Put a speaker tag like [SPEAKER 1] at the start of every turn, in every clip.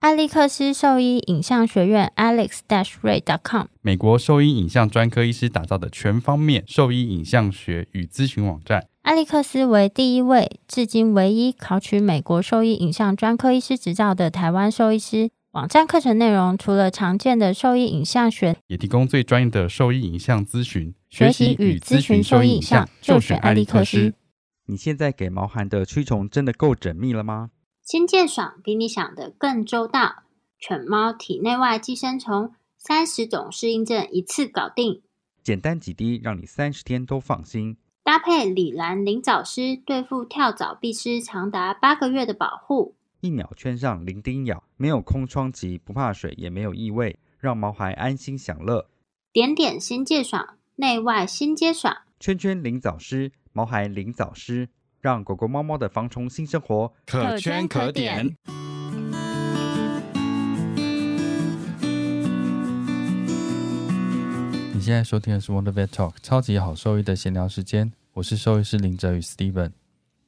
[SPEAKER 1] 艾利克斯兽医影像学院 alex-ray.com。
[SPEAKER 2] 美国兽医影像专科医师打造的全方面兽医影像学与咨询网站。
[SPEAKER 1] 艾利克斯为第一位，至今唯一考取美国兽医影像专科医师执照的台湾兽医师。网站课程内容除了常见的兽医影像学，
[SPEAKER 2] 也提供最专业的兽医影像咨询。
[SPEAKER 1] 学习与咨询兽医影像就选艾利克斯。
[SPEAKER 3] 你现在给毛孩的驱虫真的够缜密了吗？
[SPEAKER 4] 新健爽比你想的更周到，犬猫体内外寄生虫三十种适应症一次搞定，
[SPEAKER 3] 简单几滴，让你三十天都放心。
[SPEAKER 4] 搭配李兰灵藻师对付跳蚤必施长达八个月的保护。
[SPEAKER 3] 一秒圈上零叮咬，没有空窗期，不怕水，也没有异味，让毛孩安心享乐。
[SPEAKER 4] 点点新界爽，内外新皆爽。
[SPEAKER 3] 圈圈灵藻师，毛孩灵藻师，让狗狗、猫猫的防虫新生活。
[SPEAKER 1] 可圈可点。
[SPEAKER 2] 你现在收听的是《Wonder Vet Talk》超级好兽医的闲聊时间，我是兽医师林哲宇 Steven。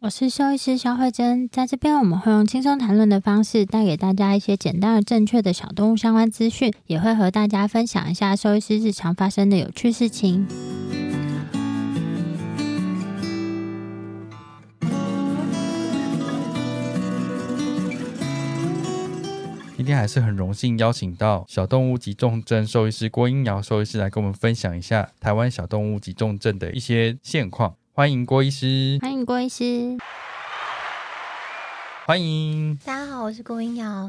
[SPEAKER 1] 我是兽医师肖慧珍，在这边我们会用轻松谈论的方式，带给大家一些简单而正确的小动物相关资讯，也会和大家分享一下兽医师日常发生的有趣事情。
[SPEAKER 2] 今天还是很荣幸邀请到小动物急重症兽医师郭英瑶兽医师来跟我们分享一下台湾小动物急重症的一些现况。欢迎郭医师，
[SPEAKER 1] 欢迎郭医师，
[SPEAKER 2] 欢迎。
[SPEAKER 5] 大家好，我是郭英瑶。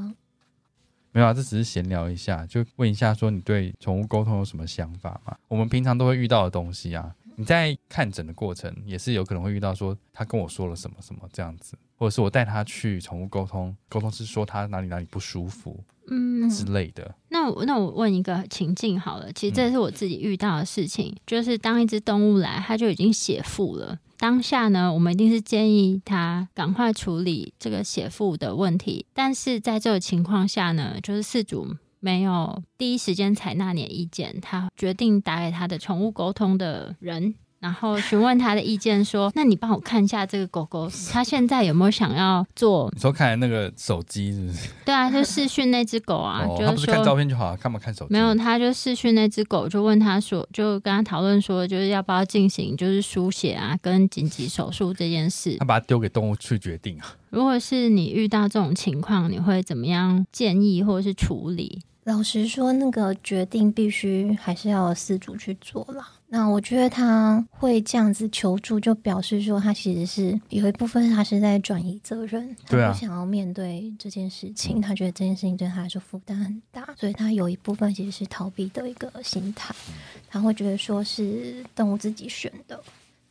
[SPEAKER 2] 没有啊，这只是闲聊一下，就问一下说你对宠物沟通有什么想法嘛？我们平常都会遇到的东西啊，你在看诊的过程也是有可能会遇到说他跟我说了什么什么这样子，或者是我带他去宠物沟通，沟通是说他哪里哪里不舒服
[SPEAKER 1] 嗯，
[SPEAKER 2] 之类的。
[SPEAKER 1] 那我那我问一个情境好了，
[SPEAKER 2] 嗯
[SPEAKER 1] 其实这是我自己遇到的事情，就是当一只动物来，它就已经血腹了。当下呢，我们一定是建议它赶快处理这个血腹的问题，但是在这个情况下呢，就是饲主没有第一时间采纳你的意见，他决定打给他的宠物沟通的人。然后询问他的意见，说：“那你帮我看一下这个狗狗，它现在有没有想要做
[SPEAKER 2] 你说看那个手机是不是？？”
[SPEAKER 1] 对啊，就视讯那只狗啊，
[SPEAKER 2] 哦，
[SPEAKER 1] 就是
[SPEAKER 2] 他不是
[SPEAKER 1] 说
[SPEAKER 2] 看照片就好啊，干嘛看手机？
[SPEAKER 1] 没有，他就试训那只狗，就问他说，就跟他讨论说，就是要不要进行就是输血啊，跟紧急手术这件事
[SPEAKER 2] 他。把它丢给动物去决定啊。
[SPEAKER 1] 如果是你遇到这种情况，你会怎么样建议或者是处理？
[SPEAKER 5] 老实说，那个决定必须还是要饲主去做啦。那我觉得他会这样子求助，就表示说他其实是有一部分他是在转移责任，
[SPEAKER 2] 对啊
[SPEAKER 5] 他不想要面对这件事情，他觉得这件事情对他来说负担很大，所以他有一部分其实是逃避的一个心态，
[SPEAKER 2] 嗯
[SPEAKER 5] 他会觉得说是动物自己选的。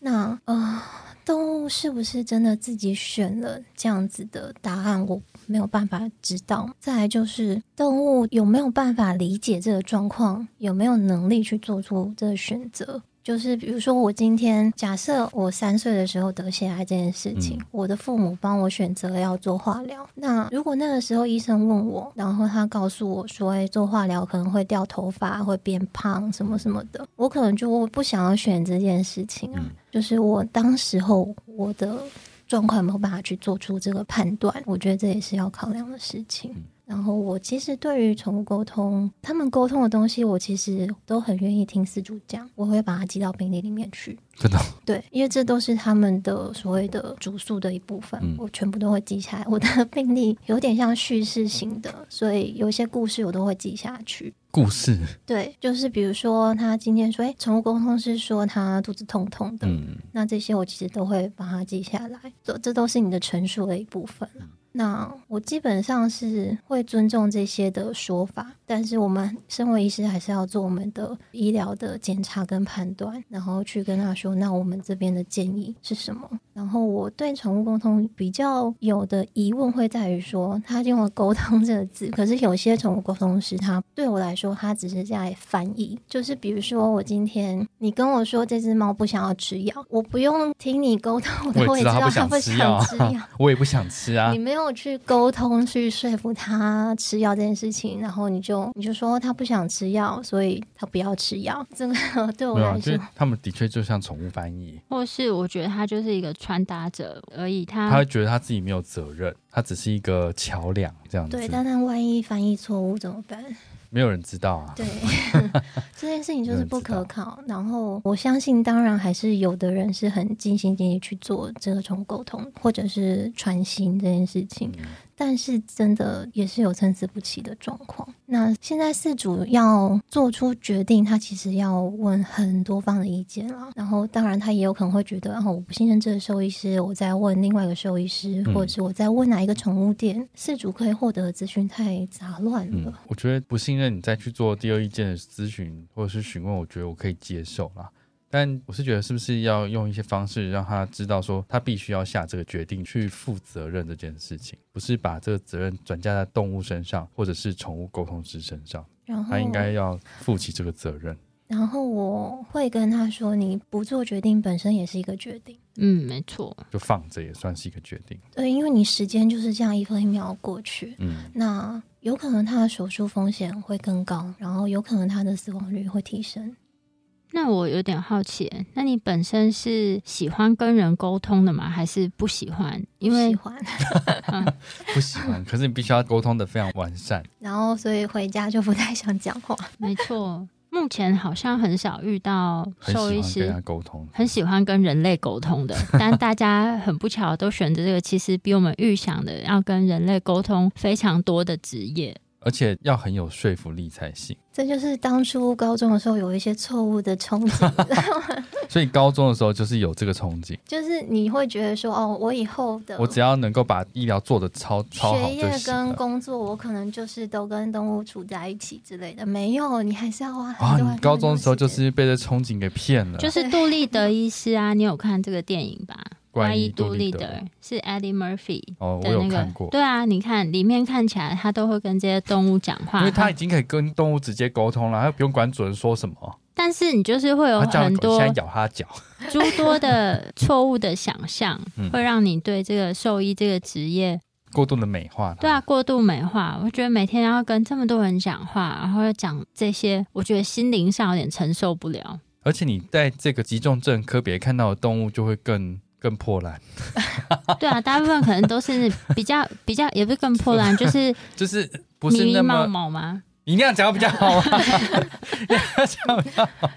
[SPEAKER 5] 那呃，动物是不是真的自己选了这样子的答案，我没有办法知道。再来就是动物有没有办法理解这个状况，有没有能力去做出这个选择。就是比如说，我今天假设我三岁的时候得血癌这件事情，
[SPEAKER 2] 嗯
[SPEAKER 5] 我的父母帮我选择要做化疗。那如果那个时候医生问我，然后他告诉我说：“哎，做化疗可能会掉头发，会变胖，什么什么的。”我可能就不想要选这件事情啊。
[SPEAKER 2] 嗯
[SPEAKER 5] 就是我当时候我的状况有没有办法去做出这个判断，我觉得这也是要考量的事情。
[SPEAKER 2] 嗯
[SPEAKER 5] 然后我其实对于宠物沟通，他们沟通的东西，我其实都很愿意听饲主讲，我会把它记到病历里面去。
[SPEAKER 2] 真的哦，
[SPEAKER 5] 对，因为这都是他们的所谓的主诉的一部分，
[SPEAKER 2] 嗯
[SPEAKER 5] 我全部都会记下来。我的 病历有点像叙事型的，所以有一些故事我都会记下去。
[SPEAKER 2] 故事，
[SPEAKER 5] 对，就是比如说他今天说，哎，宠物沟通是说他肚子痛痛的，
[SPEAKER 2] 嗯，
[SPEAKER 5] 那这些我其实都会把它记下来，这这都是你的陈述的一部分了。那我基本上是会尊重这些的说法，但是我们身为医师还是要做我们的医疗的检查跟判断，然后去跟他说，那我们这边的建议是什么？然后我对宠物沟通比较有的疑问会在于说，他用了“沟通”这个字，可是有些宠物沟通师他对我来说，他只是在翻译，就是比如说我今天你跟我说这只猫不想要吃药，我不用听你沟通，我
[SPEAKER 2] 我
[SPEAKER 5] 都
[SPEAKER 2] 也知
[SPEAKER 5] 会知
[SPEAKER 2] 道
[SPEAKER 5] 道
[SPEAKER 2] 它不
[SPEAKER 5] 它
[SPEAKER 2] 想
[SPEAKER 5] 不
[SPEAKER 2] 吃药
[SPEAKER 5] 想
[SPEAKER 2] 啊
[SPEAKER 5] 吃药。
[SPEAKER 2] 我也不想吃啊
[SPEAKER 5] 你。没有去沟通去说服他吃药这件事情，然后你就你就说他不想吃药，所以他不要吃药。这个 对我
[SPEAKER 2] 没有啊，
[SPEAKER 5] 来
[SPEAKER 2] 就
[SPEAKER 5] 说
[SPEAKER 2] 是，他们的确就像宠物翻译，
[SPEAKER 1] 或是我觉得他就是一个传达者而已，
[SPEAKER 2] 他
[SPEAKER 1] 他
[SPEAKER 5] 啊
[SPEAKER 2] 会觉得他自己没有责任，它只是一个桥梁这样子，
[SPEAKER 5] 对，但那万一翻译错误怎么办？
[SPEAKER 2] 没有人知道啊。
[SPEAKER 5] 对， 这件事情就是不
[SPEAKER 2] 没有
[SPEAKER 5] 可
[SPEAKER 2] 人
[SPEAKER 5] 考。然后我相信，当然还是有的人是很尽心尽力去做这个宠物沟通或者是传心这件事情，
[SPEAKER 2] 嗯
[SPEAKER 5] 但是真的也是有参差不齐的状况。那现在饲主要做出决定，他其实要问很多方的意见啦。然后当然他也有可能会觉得，哦，我不信任这个兽医师，我再问另外一个兽医师，
[SPEAKER 2] 嗯
[SPEAKER 5] 或者是我再问哪一个宠物店，饲主可以获得的资讯太杂乱了。
[SPEAKER 2] 嗯，我觉得不信任你再去做第二意见的咨询或者是询问，我觉得我可以接受啦。但我是觉得是不是要用一些方式让他知道说他必须要下这个决定去负责任这件事情，不是把这个责任转嫁在动物身上或者是宠物沟通师身上，
[SPEAKER 5] 然后
[SPEAKER 2] 他应该要负起这个责任。
[SPEAKER 5] 然后我会跟他说，你不做决定本身也是一个决定，
[SPEAKER 1] 嗯，没错，
[SPEAKER 2] 就放着也算是一个决定。
[SPEAKER 5] 对，因为你时间就是这样一分一秒过去，
[SPEAKER 2] 嗯，
[SPEAKER 5] 那有可能他的手术风险会更高，然后有可能他的死亡率会提升。
[SPEAKER 1] 那我有点好奇，那你本身是喜欢跟人沟通的吗？还是不喜欢？因
[SPEAKER 5] 喜
[SPEAKER 1] 为
[SPEAKER 5] 欢，
[SPEAKER 2] 不喜欢，可是你必须要沟通的非常完善。
[SPEAKER 5] 然后所以回家就不太想讲话。
[SPEAKER 1] 没错，目前好像很少遇到
[SPEAKER 2] 很
[SPEAKER 1] 兽医
[SPEAKER 2] 喜欢啊
[SPEAKER 1] 师
[SPEAKER 2] 跟他沟通，
[SPEAKER 1] 很喜欢跟人类沟通 的，但大家很不巧都选择这个其实比我们预想的要跟人类沟通非常多的职业。
[SPEAKER 2] 而且要很有说服力才行。
[SPEAKER 5] 这就是当初高中的时候有一些错误的憧 憬，
[SPEAKER 2] 所以高中的时候就是有这个憧憬，
[SPEAKER 5] 就是你会觉得说，哦，我以后的
[SPEAKER 1] 嗯
[SPEAKER 2] 我只要能够把医疗做的超超好
[SPEAKER 5] 学
[SPEAKER 2] 就
[SPEAKER 5] 业
[SPEAKER 2] 行
[SPEAKER 5] 跟
[SPEAKER 2] 了。
[SPEAKER 5] 工作，我可能就是都跟动物处在一起之类的。没有，你还是要花
[SPEAKER 2] 啊，
[SPEAKER 5] 很多。
[SPEAKER 2] 你高中的时候就是被这憧憬给骗了，
[SPEAKER 1] 就是杜立德医师 啊，你有看这个电影吧？
[SPEAKER 2] 关于
[SPEAKER 1] 于
[SPEAKER 2] 杜
[SPEAKER 1] 杜
[SPEAKER 2] 立
[SPEAKER 1] 立
[SPEAKER 2] 德
[SPEAKER 1] 德是 Eddie Murphy
[SPEAKER 2] 哦，我
[SPEAKER 1] 的
[SPEAKER 2] 有
[SPEAKER 1] 那
[SPEAKER 2] 看
[SPEAKER 1] 个
[SPEAKER 2] 过，，
[SPEAKER 1] 对啊，你看里面看起来他都会跟这些动物讲话，
[SPEAKER 2] 因为他已经可以跟动物直接沟通了，他不用管主人说什么，
[SPEAKER 1] 但是你就是会有
[SPEAKER 2] 他叫
[SPEAKER 1] 很
[SPEAKER 2] 狗
[SPEAKER 1] 多
[SPEAKER 2] 现在咬他脚，
[SPEAKER 1] 诸多的错误的想象
[SPEAKER 2] 嗯，
[SPEAKER 1] 会让你对这个兽医这个职业
[SPEAKER 2] 过度的美化它。
[SPEAKER 1] 对啊，过度美化，我觉得每天要跟这么多人讲话，然后要讲这些，我觉得心灵上有点承受不了。
[SPEAKER 2] 而且你在这个急重症科别看到的动物就会更更破烂，
[SPEAKER 1] 对啊，大部分可能都是 比较比较，也不是更破烂，就是
[SPEAKER 2] 就是不
[SPEAKER 1] 迷
[SPEAKER 2] 是
[SPEAKER 1] 迷
[SPEAKER 2] 那
[SPEAKER 1] 毛
[SPEAKER 2] 么
[SPEAKER 1] 毛吗？
[SPEAKER 2] 你那样讲比较好 啊，你那样讲比较好，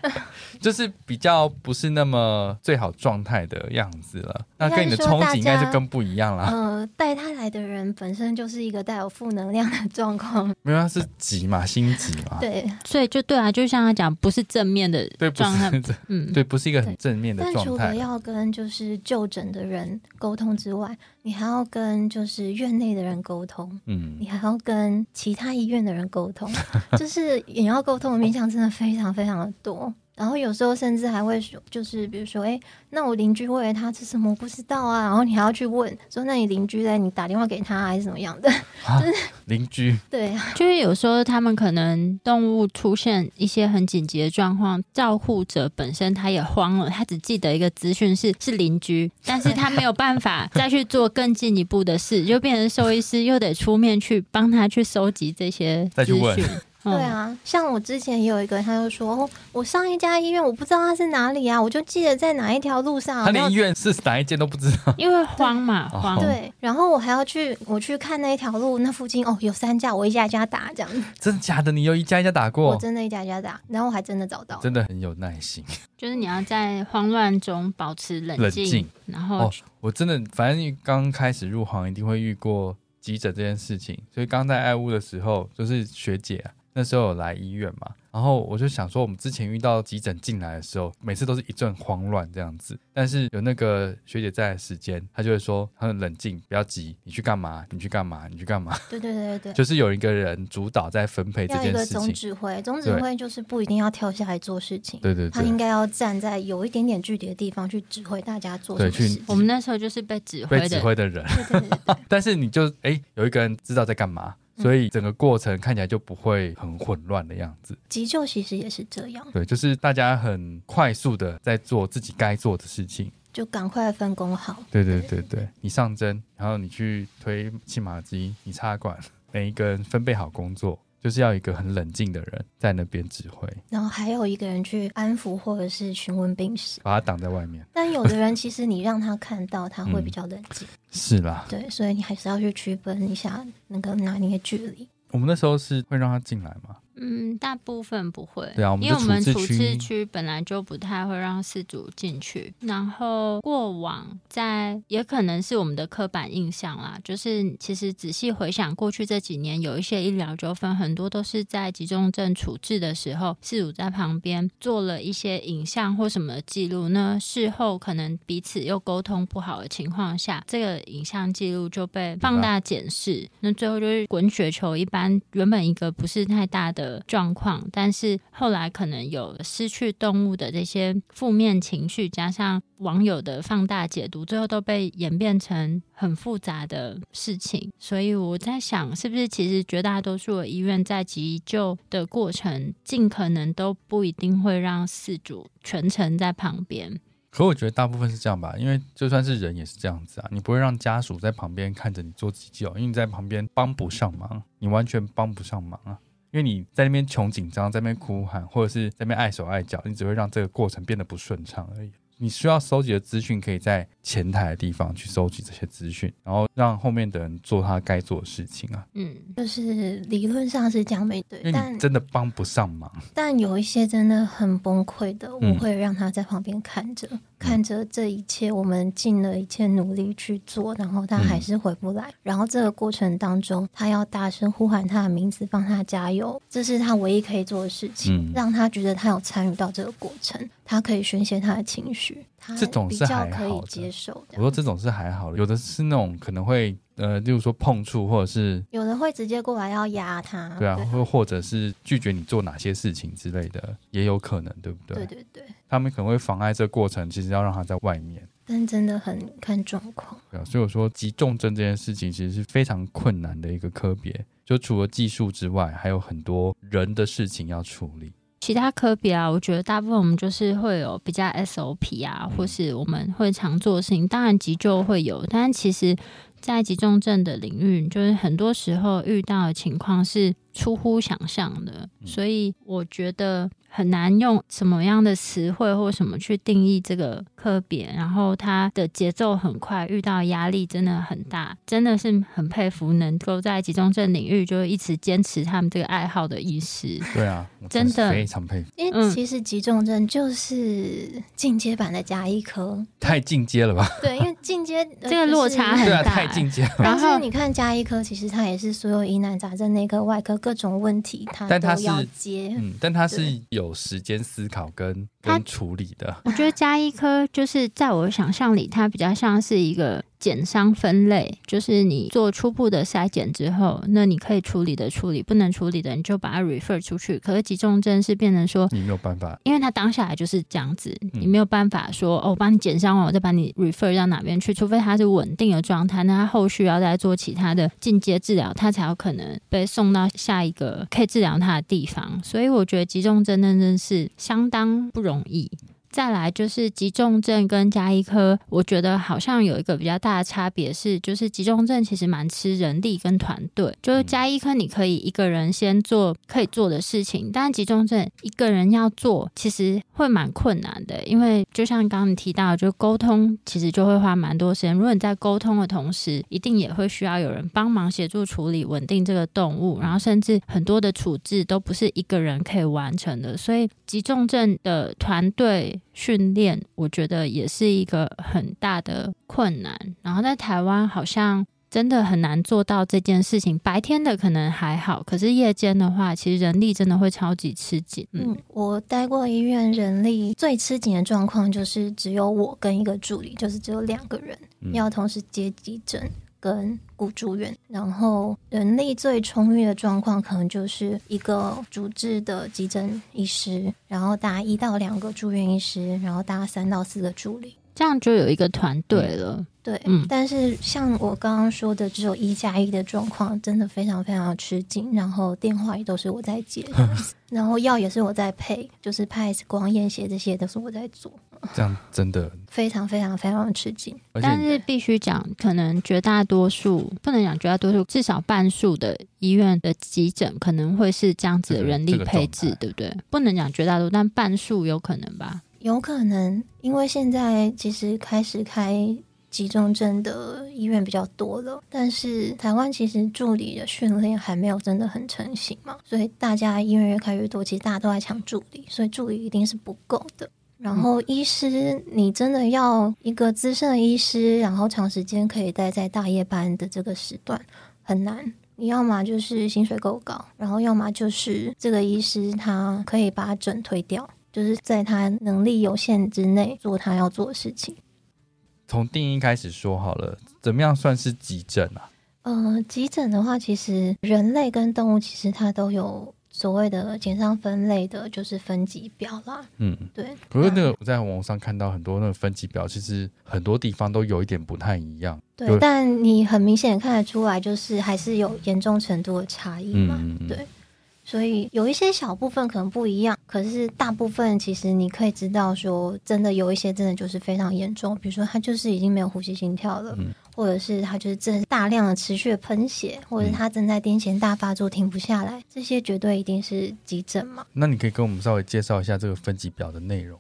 [SPEAKER 2] 就是比较不是那么最好状态的样子了。那跟你的憧憬应该就更不一样啦。
[SPEAKER 5] 呃，带他来的人本身就是一个带有负能量的状况，
[SPEAKER 2] 没有，它是急嘛，心急嘛。
[SPEAKER 5] 对。
[SPEAKER 1] 所以就对啊，就像他讲，不是正面的
[SPEAKER 2] 对，不
[SPEAKER 1] 状态，
[SPEAKER 2] 是这，
[SPEAKER 1] 嗯，
[SPEAKER 2] 对，不是一个很正面的
[SPEAKER 5] 但除
[SPEAKER 2] 状
[SPEAKER 5] 了
[SPEAKER 2] 态。啊
[SPEAKER 5] 要跟就是就诊的人沟通之外，你还要跟就是院内的人沟通，
[SPEAKER 2] 嗯
[SPEAKER 5] 你，还要跟其他医院的人沟 通，就是也要沟通的面向真的非常非常的多。然后有时候甚至还会说，就是比如说，哎，那我邻居喂了它吃什么我不知道啊，然后你还要去问说，那你邻居嘞，你打电话给他还是怎么样的？
[SPEAKER 2] 啊，邻居，
[SPEAKER 5] 对啊，
[SPEAKER 1] 就是有时候他们可能动物出现一些很紧急的状况，照护者本身他也慌了，他只记得一个资讯是是邻居，但是他没有办法再去做更进一步的事，就变成兽医师又得出面去帮他去收集这些
[SPEAKER 2] 再
[SPEAKER 1] 资
[SPEAKER 2] 去问
[SPEAKER 1] 讯。嗯
[SPEAKER 5] 对，啊，像我之前也有一个，他就说，哦，我上一家医院我不知道它是哪里啊，我就记得在哪一条路上，
[SPEAKER 2] 他
[SPEAKER 5] 然
[SPEAKER 2] 连
[SPEAKER 5] 后
[SPEAKER 2] 医院是哪一间都不知道。
[SPEAKER 1] 因为慌嘛，
[SPEAKER 2] 对
[SPEAKER 1] 慌。
[SPEAKER 2] 哦
[SPEAKER 5] 对，然后我还要去我去看那一条路，那附近哦有三家，我一家一家打这样，
[SPEAKER 2] 真的假的？你有一家一家打
[SPEAKER 5] 我
[SPEAKER 2] 过，
[SPEAKER 5] 真的一家一家打，然后我还真的找到。
[SPEAKER 2] 真的很有耐心。
[SPEAKER 1] 就是你要在慌乱中保持冷
[SPEAKER 2] 冷静
[SPEAKER 1] 静，然后
[SPEAKER 2] 哦，我真的，反正刚开始入行一定会遇过急诊这件事情，所以刚在爱屋的时候，就是学姐啊、那时候有来医院嘛，然后我就想说，我们之前遇到急诊进来的时候，每次都是一阵慌乱这样子，但是有那个学姐在的时间，她就会说，她很冷静，不要急，你去干嘛？你去干嘛？你去干嘛？
[SPEAKER 5] 对对对对对。
[SPEAKER 2] 就是有一个人主导在分配这
[SPEAKER 5] 要一
[SPEAKER 2] 件
[SPEAKER 5] 个
[SPEAKER 2] 事
[SPEAKER 5] 总
[SPEAKER 2] 情。
[SPEAKER 5] 指挥，总指挥就是不一定要跳下来做事情，
[SPEAKER 2] 对对
[SPEAKER 5] 他应
[SPEAKER 2] 对，
[SPEAKER 5] 该要站在有一点点距离的地方去指挥大家做什
[SPEAKER 2] 对
[SPEAKER 5] 么
[SPEAKER 2] 去
[SPEAKER 5] 事。
[SPEAKER 1] 我们那时候就是被指挥
[SPEAKER 2] 被
[SPEAKER 1] 的，
[SPEAKER 2] 指挥的人，
[SPEAKER 5] 对对对对对
[SPEAKER 2] 但是你就哎、有一个人知道在干嘛，所以整个过程看起来就不会很混乱的样子。
[SPEAKER 5] 急救其实也是这样，
[SPEAKER 2] 对，就是大家很快速的在做自己该做的事情。
[SPEAKER 5] 就赶快分工好。
[SPEAKER 2] 对对对对，你上针，然后你去推气马机，你插管，每一个人分配好工作，就是要一个很冷静的人在那边指挥，
[SPEAKER 5] 然后还有一个人去安抚或者是询问病史。
[SPEAKER 2] 把他挡在外面。
[SPEAKER 5] 但有的人其实你让他看到，他会
[SPEAKER 2] 嗯
[SPEAKER 5] 比较冷静。
[SPEAKER 2] 是啦，
[SPEAKER 5] 对，所以你还是要去区分一下那个拿捏距离。
[SPEAKER 2] 我们那时候是会让他进来嘛？
[SPEAKER 1] 嗯，大部分不会，
[SPEAKER 2] 对啊我们
[SPEAKER 1] 因为
[SPEAKER 2] 的
[SPEAKER 1] 我
[SPEAKER 2] 处
[SPEAKER 1] 们
[SPEAKER 2] 置
[SPEAKER 1] 处
[SPEAKER 2] 区
[SPEAKER 1] 置区本来就不太会让事主进去，然后过往在也可能是我们的刻板印象啦，就是其实仔细回想过去这几年，有一些医疗纠纷，很多都是在急重症处置的时候，事主在旁边做了一些影像或什么的记录，那事后可能彼此又沟通不好的情况下，这个影像记录就被放大检视，那最后就是滚雪球一般，原本一个不是太大的状况，但是后来可能有失去动物的这些负面情绪，加上网友的放大解读，最后都被演变成很复杂的事情。所以我在想，是不是其实绝大多数的医院在急救的过程，尽可能都不一定会让事主全程在旁边。
[SPEAKER 2] 可我觉得大部分是这样吧，因为就算是人也是这样子啊，你不会让家属在旁边看着你做急救，因为你在旁边帮不上忙，你完全帮不上忙啊。因为你在那边穷紧张，在那边哭喊，或者是在那边碍手碍脚，你只会让这个过程变得不顺畅而已。你需要收集的资讯可以在前台的地方去收集这些资讯，然后让后面的人做他该做的事情啊。
[SPEAKER 1] 嗯，
[SPEAKER 5] 就是理论上是这样没对，
[SPEAKER 2] 因为
[SPEAKER 5] 呃但
[SPEAKER 2] 你真的帮不上忙，
[SPEAKER 5] 但有一些真的很崩溃的，
[SPEAKER 2] 嗯
[SPEAKER 5] 我会让他在旁边看着，看着这一切，我们尽了一切努力去做，然后他
[SPEAKER 2] 嗯
[SPEAKER 5] 还是回不来。然后这个过程当中，他要大声呼喊他的名字，帮他加油，这是他唯一可以做的事情，
[SPEAKER 2] 嗯
[SPEAKER 5] 让他觉得他有参与到这个过程，他可以宣泄他的情绪，他
[SPEAKER 2] 这种
[SPEAKER 5] 比
[SPEAKER 2] 是
[SPEAKER 5] 较
[SPEAKER 2] 还
[SPEAKER 5] 可以
[SPEAKER 2] 好的
[SPEAKER 5] 接受的
[SPEAKER 2] 我。说这种是还好的，有的是那种可能会呃，例如说碰触或者是
[SPEAKER 5] 有的会直接过来要压他，
[SPEAKER 2] 对啊，或或者是拒绝你做哪些事情之类的，也有可能，对不对？
[SPEAKER 5] 对对对，
[SPEAKER 2] 他们可能会妨碍这个过程，其实要让他在外面。
[SPEAKER 5] 但真的很看状况。
[SPEAKER 2] 对啊，所以我说急重症这件事情其实是非常困难的一个科别，就除了技术之外，还有很多人的事情要处理。
[SPEAKER 1] 其他科别啊，我觉得大部分我们就是会有比较 SOP 啊，或是我们会常做的事情。当然急救会有，但其实，在急重症的领域，就是很多时候遇到的情况是出乎想象的，所以我觉得很难用什么样的词汇或什么去定义这个科别。然后它的节奏很快，遇到压力真的很大，真的是很佩服能够在急重症领域就一直坚持他们这个爱好的医师。
[SPEAKER 2] 对啊，我
[SPEAKER 1] 真的
[SPEAKER 2] 是非常佩服，
[SPEAKER 5] 因为
[SPEAKER 1] 嗯
[SPEAKER 5] 其实急重症就是进阶版的加医科，
[SPEAKER 2] 太进阶了吧？
[SPEAKER 5] 对，因为进阶、呃
[SPEAKER 1] 这个落差
[SPEAKER 5] 就是
[SPEAKER 1] 很
[SPEAKER 2] 对啊，
[SPEAKER 1] 大、
[SPEAKER 2] 太进 阶了。
[SPEAKER 1] 然
[SPEAKER 5] 但
[SPEAKER 1] 后
[SPEAKER 5] 是你看加医科，其实它也是所有疑难杂症内科、外科各种问题，它
[SPEAKER 2] 但
[SPEAKER 5] 都
[SPEAKER 2] 它
[SPEAKER 5] 要
[SPEAKER 2] 是
[SPEAKER 5] 接。
[SPEAKER 2] 嗯，但他是有时间思考跟
[SPEAKER 1] 他
[SPEAKER 2] 跟处理的，
[SPEAKER 1] 我觉得加医科就是在我想象里，它比较像是一个检伤分类，就是你做初步的筛检之后，那你可以处理的处理，不能处理的你就把它 refer 出去。可是急重症是变成说。
[SPEAKER 2] 你没有办法。
[SPEAKER 1] 因为它当下来就是这样子，你没有办法说哦，我帮你检伤完，我再把你 refer 到哪边去，除非它是稳定的状态，那它后续要再做其他的进阶治疗，它才有可能被送到下一个可以治疗它的地方。所以我觉得急重症真的是相当不容易。再来就是急重症跟加医科，我觉得好像有一个比较大的差别是，就是急重症其实蛮吃人力跟团队，就是加医科你可以一个人先做可以做的事情，但急重症一个人要做其实会蛮困难的，因为就像刚刚你提到，就沟通其实就会花蛮多时间。如果你在沟通的同时，一定也会需要有人帮忙协助处理、稳定这个动物，然后甚至很多的处置都不是一个人可以完成的。所以，急重症的团队训练，我觉得也是一个很大的困难。然后在台湾好像。真的很难做到这件事情。白天的可能还好，可是夜间的话，其实人力真的会超级吃紧。嗯
[SPEAKER 5] 嗯，我待过医院人力最吃紧的状况就是只有我跟一个助理，就是只有两个人、
[SPEAKER 2] 嗯
[SPEAKER 5] 要同时接急诊跟顾住院，然后人力最充裕的状况可能就是一个主治的急诊医师，然后搭一到两个住院医师，然后搭三到四个助理。
[SPEAKER 1] 这样就有一个团队了。
[SPEAKER 5] 对，
[SPEAKER 1] 嗯
[SPEAKER 5] 但是像我刚刚说的，只有一加一的状况，真的非常非常吃紧。然后电话也都是我在接，然后药也是我在配，就是拍 X 光验血这些也都是我在做。
[SPEAKER 2] 这样真的，
[SPEAKER 5] 非常非常非常吃惊。
[SPEAKER 2] 而且
[SPEAKER 1] 但是必须讲，可能绝大多数不能讲绝大多数，至少半数的医院的急诊可能会是这样子的人力
[SPEAKER 2] 这个
[SPEAKER 1] 配置，
[SPEAKER 2] 这个状态
[SPEAKER 1] 对不对？不能讲绝大多数，但半数有可能吧。
[SPEAKER 5] 有可能因为现在其实开始开急重症的医院比较多了，但是台湾其实助理的训练还没有真的很成型嘛，所以大家医院越开越多，其实大家都在抢助理，所以助理一定是不够的。然后医师，你真的要一个资深的医师，然后长时间可以待在大夜班的这个时段很难。你要么就是薪水够高，然后要么就是这个医师他可以把诊推掉，就是在他能力有限之内做他要做的事情。
[SPEAKER 2] 从定义开始说好了，怎么样算是急诊啊？
[SPEAKER 5] 呃，急诊的话，其实人类跟动物其实它都有所谓的简上分类的，就是分级表啦。
[SPEAKER 2] 嗯，
[SPEAKER 5] 对，
[SPEAKER 2] 可是那个我在网络上看到很多那个分级表，其实很多地方都有一点不太一样。有
[SPEAKER 5] 对，但你很明显看得出来，就是还是有严重程度的差异嘛。
[SPEAKER 2] 嗯嗯嗯
[SPEAKER 5] 对，所以有一些小部分可能不一样，可是大部分其实你可以知道说，真的有一些真的就是非常严重，比如说他就是已经没有呼吸心跳了，
[SPEAKER 2] 嗯
[SPEAKER 5] 或者是他就是正大量的持续的喷血，或者是他正在癫痫大发作停不下来，这些绝对一定是急诊嘛。
[SPEAKER 2] 那你可以跟我们稍微介绍一下这个分级表的内容。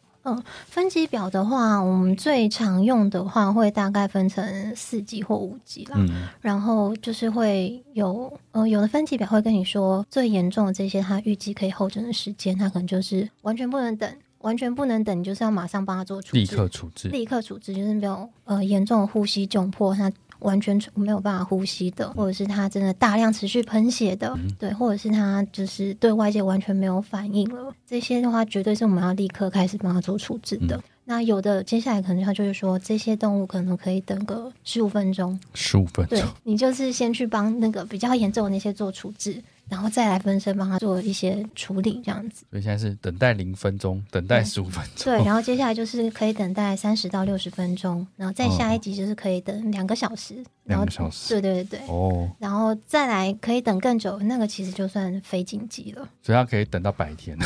[SPEAKER 5] 分级表的话，我们最常用的话会大概分成四级或五级啦。
[SPEAKER 2] 嗯，
[SPEAKER 5] 然后就是会有呃，有的分级表会跟你说最严重的这些，他预计可以候诊的时间，他可能就是完全不能等，完全不能等，你就是要马上帮他做处置，
[SPEAKER 2] 立刻处置。
[SPEAKER 5] 立刻处置，就是没有呃严重的呼吸窘迫，他完全没有办法呼吸的，或者是他真的大量持续喷血的，
[SPEAKER 2] 嗯
[SPEAKER 5] 对，或者是他就是对外界完全没有反应了，这些的话绝对是我们要立刻开始帮他做处置的。
[SPEAKER 2] 嗯
[SPEAKER 5] 那有的接下来可能他就是说，这些动物可能可以等个十五分钟，
[SPEAKER 2] 十五分钟
[SPEAKER 5] 对，你就是先去帮那个比较严重的那些做处置，然后再来分身帮他做一些处理，这样子。
[SPEAKER 2] 所以现在是等待零分钟，等待
[SPEAKER 5] 对
[SPEAKER 2] 十五分钟。
[SPEAKER 5] 对，然后接下来就是可以等待三十到六十分钟，然后再下一集就是可以等两个小时，然
[SPEAKER 2] 嗯两
[SPEAKER 5] 后
[SPEAKER 2] 个小时
[SPEAKER 5] 对对对对，
[SPEAKER 2] 哦，
[SPEAKER 5] 然后再来可以等更久，那个其实就算非紧急 了。
[SPEAKER 2] 所以他可以等到白天。
[SPEAKER 5] 哦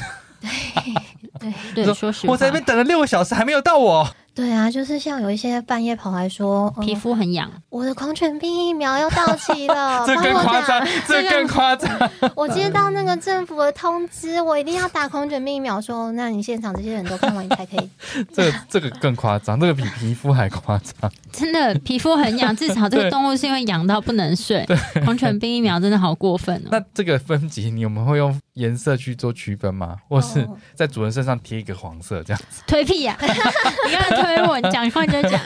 [SPEAKER 1] 对，
[SPEAKER 5] 对
[SPEAKER 2] 说
[SPEAKER 1] 说实话，
[SPEAKER 2] 我在那边等了六个小时，还没有到我。，
[SPEAKER 5] 对啊，就是像有一些半夜跑来说，
[SPEAKER 1] 皮
[SPEAKER 5] 呃、
[SPEAKER 1] 肤很痒，
[SPEAKER 5] 我的狂犬病疫苗要到期 了
[SPEAKER 2] 这更
[SPEAKER 5] 帮我
[SPEAKER 2] 夸张
[SPEAKER 5] 打，
[SPEAKER 2] 这更夸张。
[SPEAKER 5] 我接到那个政府的通知，我一定要打狂犬病疫苗。说，那你现场这些人都看完，你才可以。
[SPEAKER 2] 这个这个更夸张，这个比皮肤还夸 张。
[SPEAKER 1] 真 的皮肤很痒，至少这
[SPEAKER 2] 对
[SPEAKER 1] 个动物是因为痒到不能睡。狂犬病疫苗真的好过分哦
[SPEAKER 2] 那。这个分级，你们会用颜色去做区分吗？或是
[SPEAKER 5] 哦
[SPEAKER 2] 在主人身上贴一个黄色，这样子
[SPEAKER 1] 推屁 呀、你刚才推我，你讲话就讲。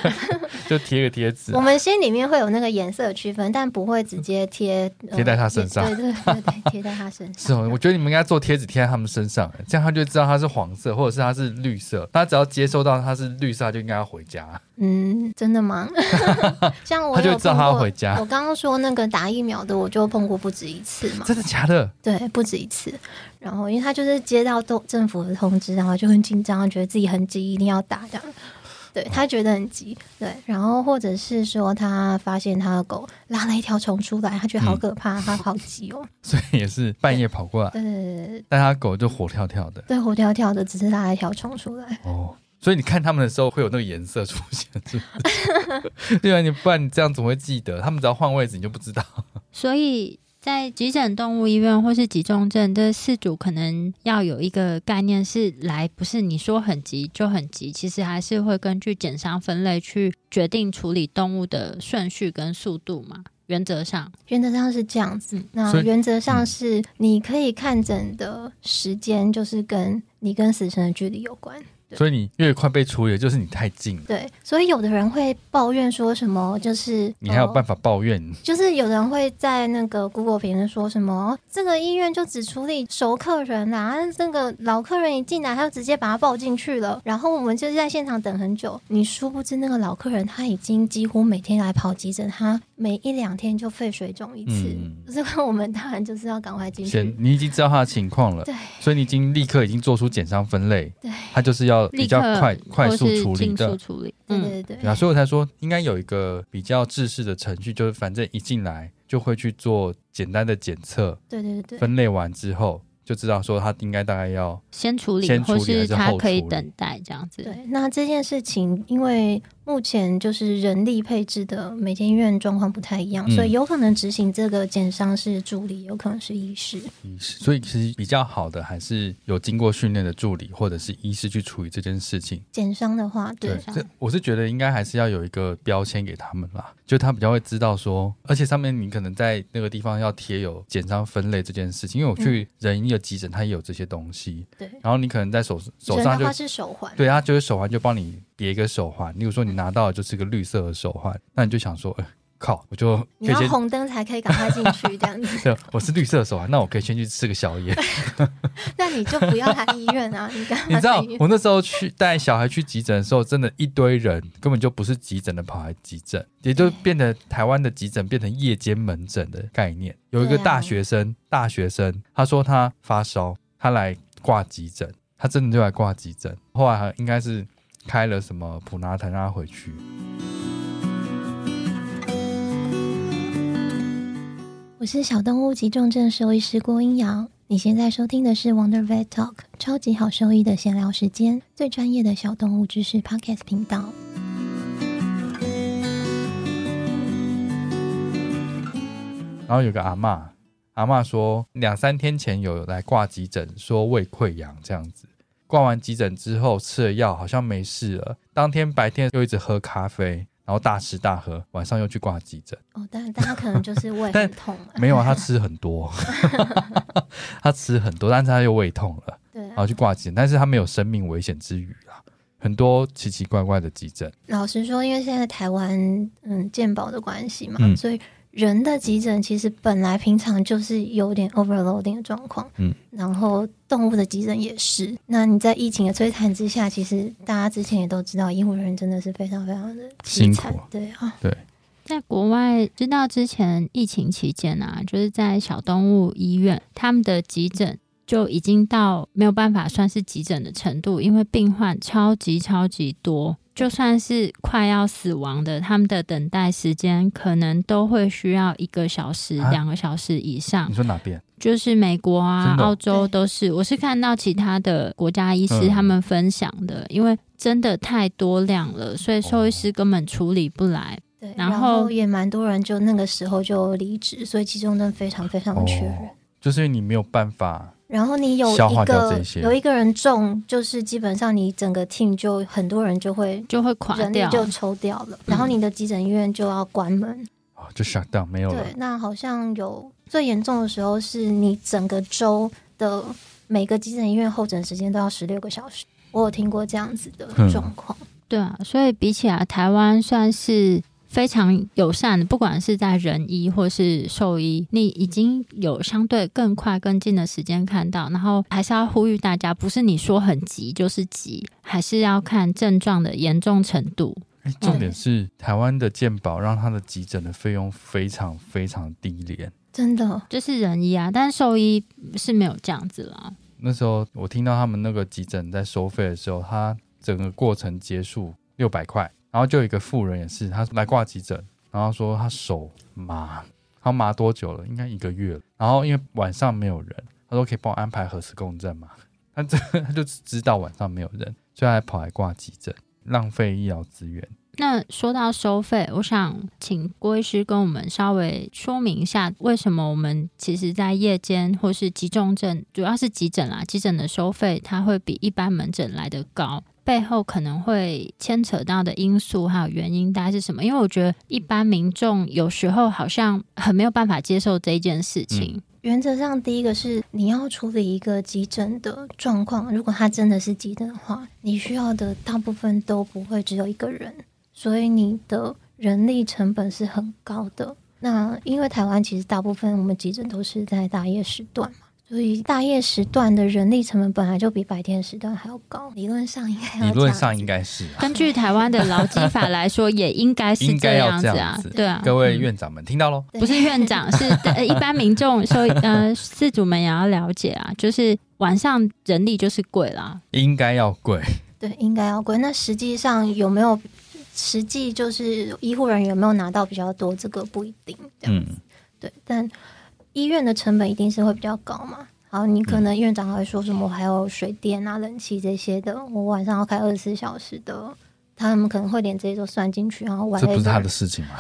[SPEAKER 2] 就贴一个贴纸
[SPEAKER 5] 我，们心里面会有那个颜色区分，但不会直接贴呃
[SPEAKER 2] 贴在他身上
[SPEAKER 5] 对 对对对，贴在他身
[SPEAKER 2] 是
[SPEAKER 5] 上。
[SPEAKER 2] 哦，我觉得你们应该做贴纸贴在他们身上，这样他就知道它是黄色，或者是它是绿色。他只要接收到它是绿色，他就应该要回家。
[SPEAKER 5] 嗯，真的吗？ 像我
[SPEAKER 2] 他就
[SPEAKER 5] 有
[SPEAKER 2] 知道
[SPEAKER 5] 碰
[SPEAKER 2] 他要
[SPEAKER 5] 过
[SPEAKER 2] 回家
[SPEAKER 5] 我刚刚说那个打疫苗的，我就碰过不止一次 嘛。
[SPEAKER 2] 真的假的？
[SPEAKER 5] 对，不止一次。然后，因为他就是接到都政府的通知，然后就很紧张，觉得自己很急，一定要打这样。对他觉得很急，对，然后或者是说他发现他的狗拉了一条虫出来，他觉
[SPEAKER 2] 嗯
[SPEAKER 5] 得好可怕，他好急哦。
[SPEAKER 2] 所以也是半夜跑过来，
[SPEAKER 5] 对对对对
[SPEAKER 2] 但他狗就活跳跳的
[SPEAKER 5] 对，活跳跳的，只是拉了一条虫出来。
[SPEAKER 2] 哦。所以你看他们的时候会有那个颜色出现，是不是？对啊，你不然你这样怎么会记得？他们只要换位置你就不 知道。
[SPEAKER 1] 所以在急诊动物医院或是急重症这四组，可能要有一个概念是来，不是你说很急就很急，其实还是会根据减伤分类去决定处理动物的顺序跟速度嘛。原则上，
[SPEAKER 5] 原则上是这样子
[SPEAKER 1] 嗯，
[SPEAKER 5] 那
[SPEAKER 2] 所以
[SPEAKER 5] 原则上是你可以看诊的时间，就是跟你跟死神的距离有关。对
[SPEAKER 2] 所以你越快被处理，就是你太近了，
[SPEAKER 5] 对，所以有的人会抱怨说什么，就是
[SPEAKER 2] 你还有
[SPEAKER 5] 呃
[SPEAKER 2] 办法抱怨。
[SPEAKER 5] 就是有人会在那个 Google 评论说什么，哦这个医院就只处理熟客人啦、啊，那个老客人一进来，他就直接把他抱进去了，然后我们就在现场等很久。你殊不知那个老客人他已经几乎每天来跑急诊，他每一两天就肺水肿一次，
[SPEAKER 2] 嗯
[SPEAKER 5] 这个我们当然就是要赶快进
[SPEAKER 2] 先
[SPEAKER 5] 去。
[SPEAKER 2] 你已经知道他的情况了，
[SPEAKER 5] 对
[SPEAKER 2] 所以你已经立刻已经做出减伤分类，
[SPEAKER 5] 对
[SPEAKER 2] 他就是要比
[SPEAKER 1] 立
[SPEAKER 2] 较
[SPEAKER 1] 刻
[SPEAKER 2] 快快
[SPEAKER 1] 或
[SPEAKER 2] 速
[SPEAKER 1] 是
[SPEAKER 2] 处理
[SPEAKER 1] 尽速
[SPEAKER 2] 的。
[SPEAKER 1] 处理。
[SPEAKER 5] 对
[SPEAKER 1] 嗯，
[SPEAKER 5] 对对
[SPEAKER 2] 对啊，所以我才说应该有一个比较制式的程序，就是反正一进来就会去做简单的检测，
[SPEAKER 5] 对对对对
[SPEAKER 2] 分类完之后，就知道说它应该大概要
[SPEAKER 1] 先处理，
[SPEAKER 2] 先处理
[SPEAKER 1] 或是
[SPEAKER 2] 还是
[SPEAKER 1] 它
[SPEAKER 2] 后
[SPEAKER 1] 可以
[SPEAKER 2] 处理
[SPEAKER 1] 等待这样子。
[SPEAKER 5] 对，那这件事情，因为目前就是人力配置的每间医院状况不太一样，
[SPEAKER 2] 嗯
[SPEAKER 5] 所以有可能执行这个减伤是助理，有可能是医师。
[SPEAKER 2] 医师，所以其实比较好的还是有经过训练的助理或者是医师去处理这件事情。
[SPEAKER 5] 减伤的话，对，
[SPEAKER 2] 这我是觉得应该还是要有一个标签给他们啦，就他比较会知道说，而且上面你可能在那个地方要贴有减伤分类这件事情，因为我
[SPEAKER 5] 嗯
[SPEAKER 2] 去人医的急诊，他也有这些东西，
[SPEAKER 5] 对
[SPEAKER 2] 然后你可能在手手
[SPEAKER 5] 人
[SPEAKER 2] 上
[SPEAKER 5] 的
[SPEAKER 2] 就
[SPEAKER 5] 话是手环，
[SPEAKER 2] 对，他就是手环就帮你别一个手环，例如说你拿到的就是个绿色的手环，那你就想说，呃、靠，我就
[SPEAKER 5] 你
[SPEAKER 2] 可以
[SPEAKER 5] 要
[SPEAKER 2] 先
[SPEAKER 5] 红灯才可以赶快进去这样子
[SPEAKER 2] ，对，我是绿色的手环，那我可以先去吃个宵 夜。
[SPEAKER 5] 那你就不要来医院啊，你干
[SPEAKER 2] 你
[SPEAKER 5] 嘛
[SPEAKER 2] 知道
[SPEAKER 5] 去医院？
[SPEAKER 2] 我那时候去带小孩去急诊的时候，真的一堆人根本就不是急诊的跑来急诊，也就变得台湾的急诊变成夜间门诊的概念。有一个
[SPEAKER 5] 对啊
[SPEAKER 2] 大学生，大学生他说他发烧，他来挂急诊，他真的就来挂急诊。后来还应该是开了什么普拿疼让他回去。
[SPEAKER 5] 我是小动物急重症兽医师郭英瑶。你现在收听的是 Wonder Vet Talk，超级好兽医的闲聊时间，最专业的小动物知识 Podcast 频道。
[SPEAKER 2] 然后有个阿嬷，阿嬷说两三天前有来挂急诊，说胃溃疡这样子。挂完急诊之后吃了药，好像没事了。当天白天又一直喝咖啡，然后大吃大喝，晚上又去挂急诊。
[SPEAKER 5] 哦，但大家可能就是胃
[SPEAKER 2] 但
[SPEAKER 5] 很痛嘛，
[SPEAKER 2] 没有啊，他吃很多， 他吃很多，但是他又胃痛了，
[SPEAKER 5] 对啊
[SPEAKER 2] 然后去挂急诊，但是他没有生命危险之余啊。很多奇奇怪怪的急诊，
[SPEAKER 5] 老实说，因为现在台湾嗯健保的关系嘛，
[SPEAKER 2] 嗯
[SPEAKER 5] 所以人的急诊其实本来平常就是有点 overloading 的状况，
[SPEAKER 2] 嗯，
[SPEAKER 5] 然后动物的急诊也是。那你在疫情的摧残之下，其实大家之前也都知道，医护人员真的是非常非常的凄惨
[SPEAKER 2] 辛苦，
[SPEAKER 5] 对啊，
[SPEAKER 1] 在国外知道之前疫情期间啊，就是在小动物医院，他们的急诊就已经到没有办法算是急诊的程度，因为病患超级超级多，就算是快要死亡的，他们的等待时间可能都会需要一个小时、
[SPEAKER 2] 啊
[SPEAKER 1] 两个小时以上
[SPEAKER 2] 你。说哪边？
[SPEAKER 1] 就是美国啊
[SPEAKER 2] 真、的哦
[SPEAKER 1] 澳洲都是，我是看到其他的国家医师
[SPEAKER 2] 嗯
[SPEAKER 1] 他们分享的，因为真的太多量了，所以兽医
[SPEAKER 2] 哦
[SPEAKER 1] 师根本处理不来。
[SPEAKER 5] 对，
[SPEAKER 1] 然
[SPEAKER 5] 然
[SPEAKER 1] 后
[SPEAKER 5] 也蛮多人就那个时候就离职，所以急重症非常非常缺人。
[SPEAKER 2] 哦就是你没有办法，
[SPEAKER 5] 然后你有
[SPEAKER 2] 消
[SPEAKER 5] 一
[SPEAKER 2] 化掉这
[SPEAKER 5] 个
[SPEAKER 2] 些
[SPEAKER 5] 有一个人中，就是基本上你整个 team 就很多人就会
[SPEAKER 1] 就会垮
[SPEAKER 5] 人力
[SPEAKER 1] 掉，
[SPEAKER 5] 就抽掉了，
[SPEAKER 2] 嗯
[SPEAKER 5] 然后你的急诊医院就要关门。
[SPEAKER 2] 哦就 shut down 没有了
[SPEAKER 5] 对，。那好像有最严重的时候是你整个州的每个急诊医院候诊时间都要十六个小时，我有听过这样子的
[SPEAKER 2] 嗯
[SPEAKER 5] 状况。
[SPEAKER 1] 对啊，所以比起来，台湾算是非常友善的，不管是在人医或是兽医，你已经有相对更快更近的时间看到。然后还是要呼吁大家，不是你说很急就是急，还是要看症状的严重程度。
[SPEAKER 2] 哎，重点是台湾的健保让他的急诊的费用非常非常低廉。
[SPEAKER 5] 真的，
[SPEAKER 1] 这是人医啊，但是兽医是没有这样子啦。
[SPEAKER 2] 那时候我听到他们那个急诊在收费的时候，他整个过程结束六百块，然后就有一个妇人也是，他来挂急诊，然后说他手麻，他麻多久了？应该一个月了。然后因为晚上没有人，他说可以帮我安排核磁共振嘛， 他这他就知道晚上没有人，所以他还跑来挂急诊，浪费医疗资源。
[SPEAKER 1] 那说到收费，我想请郭医师跟我们稍微说明一下，为什么我们其实在夜间或是急重症，主要是急诊啦，急诊的收费它会比一般门诊来的高。背后可能会牵扯到的因素还有原因，大概是什么？因为我觉得一般民众有时候好像很没有办法接受这件事情。
[SPEAKER 2] 嗯
[SPEAKER 5] 原则上第一个是你要处理一个急诊的状况，如果它真的是急诊的话，你需要的大部分都不会只有一个人，所以你的人力成本是很高的。那因为台湾其实大部分我们急诊都是在大夜时段嘛，所以大夜时段的人力成本本来就比白天时段还要高，理论上应该要
[SPEAKER 2] 理论
[SPEAKER 5] 这样
[SPEAKER 2] 上应该是、啊。
[SPEAKER 1] 根据台湾的劳基法来 说，也应该是
[SPEAKER 2] 应该要
[SPEAKER 1] 样子
[SPEAKER 2] 这
[SPEAKER 1] 啊
[SPEAKER 2] 样子，
[SPEAKER 1] 对啊，
[SPEAKER 2] 各位
[SPEAKER 1] 嗯
[SPEAKER 2] 院长们听到喽，
[SPEAKER 5] 对
[SPEAKER 1] 不是院长，是呃一般民众说，呃，饲主们也要了解啊，就是晚上人力就是贵啦，
[SPEAKER 2] 应该要贵。
[SPEAKER 5] 对，应该要贵。那实际上有没有实际就是医护人员有没有拿到比较多，这个不一定。这样
[SPEAKER 2] 嗯，
[SPEAKER 5] 对，但医院的成本一定是会比较高嘛。然后你可
[SPEAKER 2] 嗯
[SPEAKER 5] 能院长还会说什么，还有水电啊、冷气这些的，我晚上要开二十四小时的，他们可能会连这些都算进去，然后
[SPEAKER 2] 这不是他
[SPEAKER 5] whatever
[SPEAKER 2] 的事情吗？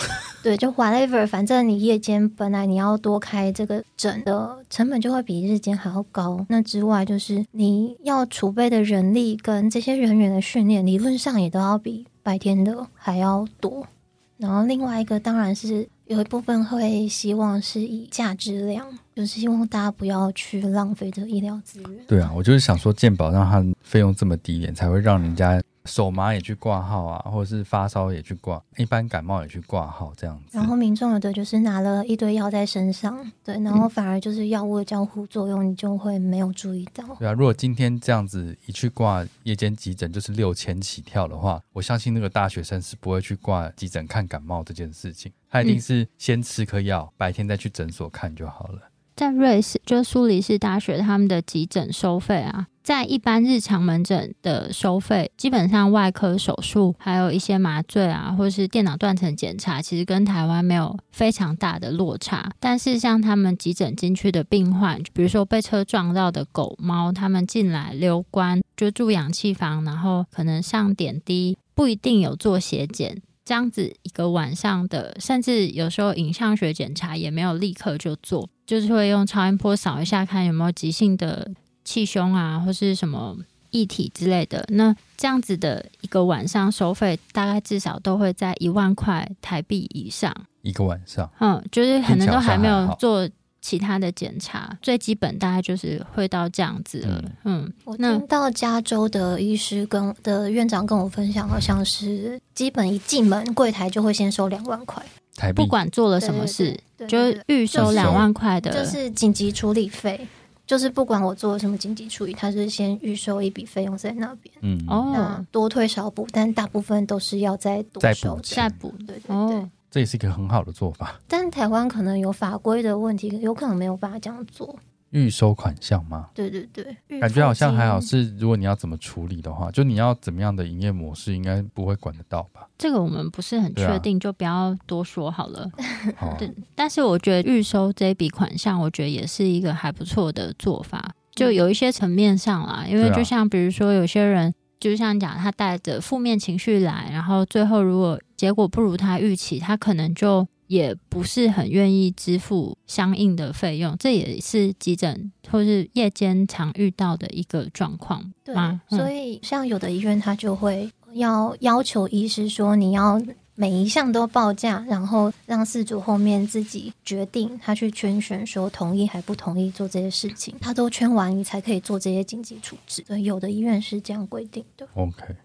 [SPEAKER 5] 对，就 whatever，反正你夜间本来你要多开这个诊的成本就会比日间还要高。那之外，就是你要储备的人力跟这些人员的训练，理论上也都要比白天的还要多。然后另外一个当然是有一部分会希望是以价质量，就是希望大家不要去浪费这个医疗资源。
[SPEAKER 2] 对啊，我就是想说，健保让它费用这么低廉，才会让人家手麻也去挂号啊，或者是发烧也去挂，一般感冒也去挂号这样子。
[SPEAKER 5] 然后民众有的就是拿了一堆药在身上，对，然后反而就是药物的交互作用，你就会没有注意到。
[SPEAKER 2] 对啊，如果今天这样子一去挂夜间急诊就是六千起跳的话，我相信那个大学生是不会去挂急诊看感冒这件事情，他一定是先吃颗药，白天再去诊所看就好了。
[SPEAKER 1] 在瑞士，就是苏黎世大学他们的急诊收费啊，在一般日常门诊的收费，基本上外科手术，还有一些麻醉啊，或是电脑断层检查，其实跟台湾没有非常大的落差。但是像他们急诊进去的病患，比如说被车撞到的狗、猫，他们进来留观，就住氧气房，然后可能上点滴，不一定有做血检。这样子一个晚上的，甚至有时候影像学检查也没有立刻就做，就是会用超音波扫一下，看有没有急性的气胸啊，或是什么液体之类的。那这样子的一个晚上收费，大概至少都会在一万块台币以上。
[SPEAKER 2] 一个晚上，
[SPEAKER 1] 嗯，就是可能都还没
[SPEAKER 2] 听起来好像还
[SPEAKER 1] 有
[SPEAKER 2] 好
[SPEAKER 1] 做其他的检查，最基本大概就是会到这样子了。嗯
[SPEAKER 5] 我
[SPEAKER 1] 那
[SPEAKER 5] 听到加州的医师跟的院长跟我分享，好像是基本一进门柜台就会先收两万块，
[SPEAKER 2] 台币
[SPEAKER 1] 不管做了
[SPEAKER 5] 有
[SPEAKER 1] 什么事，
[SPEAKER 5] 对
[SPEAKER 1] 就
[SPEAKER 5] 对
[SPEAKER 1] 是预收
[SPEAKER 2] 就是
[SPEAKER 1] 两万块的，
[SPEAKER 5] 对就是紧急处理费，就是不管我做了什么紧急处理，他是先预收一笔费用在那边，
[SPEAKER 2] 嗯
[SPEAKER 1] 哦
[SPEAKER 5] 那多退少补，但大部分都是要再多
[SPEAKER 2] 再
[SPEAKER 5] 收
[SPEAKER 2] 补
[SPEAKER 5] 的
[SPEAKER 2] 钱
[SPEAKER 1] 再补。
[SPEAKER 5] 对对对，
[SPEAKER 1] 哦，
[SPEAKER 2] 这也是一个很好的做法，
[SPEAKER 5] 但台湾可能有法规的问题，有可能没有办法这样做。
[SPEAKER 2] 预收款项吗？
[SPEAKER 5] 对对对，
[SPEAKER 2] 感觉好像还好
[SPEAKER 5] 预付金
[SPEAKER 2] 是，如果你要怎么处理的话，就你要怎么样的营业模式，应该不会管得到 吧？
[SPEAKER 1] 这个我们不是很
[SPEAKER 2] 对啊
[SPEAKER 1] 确定，就不要多说好了。
[SPEAKER 2] 好啊、
[SPEAKER 1] 对，但是我觉得预收这笔款项，我觉得也是一个还不错的做法。就有一些层面上啦，因为
[SPEAKER 2] 对啊
[SPEAKER 1] 就像比如说有些人，就像讲他带着负面情绪来，然后最后如果结果不如他预期，他可能就也不是很愿意支付相应的费用，这也是急诊或是夜间常遇到的一个状况嗯
[SPEAKER 5] 对
[SPEAKER 1] 吗？，
[SPEAKER 5] 所
[SPEAKER 1] 以
[SPEAKER 5] 以像有的医院他就会要要求医师说你要每一项都报价，然后让事主后面自己决定他去圈选说同意还不同意做这些事情，他都圈完你才可以做这些紧急处置。对，有的医院是这样规定的。
[SPEAKER 2] OK，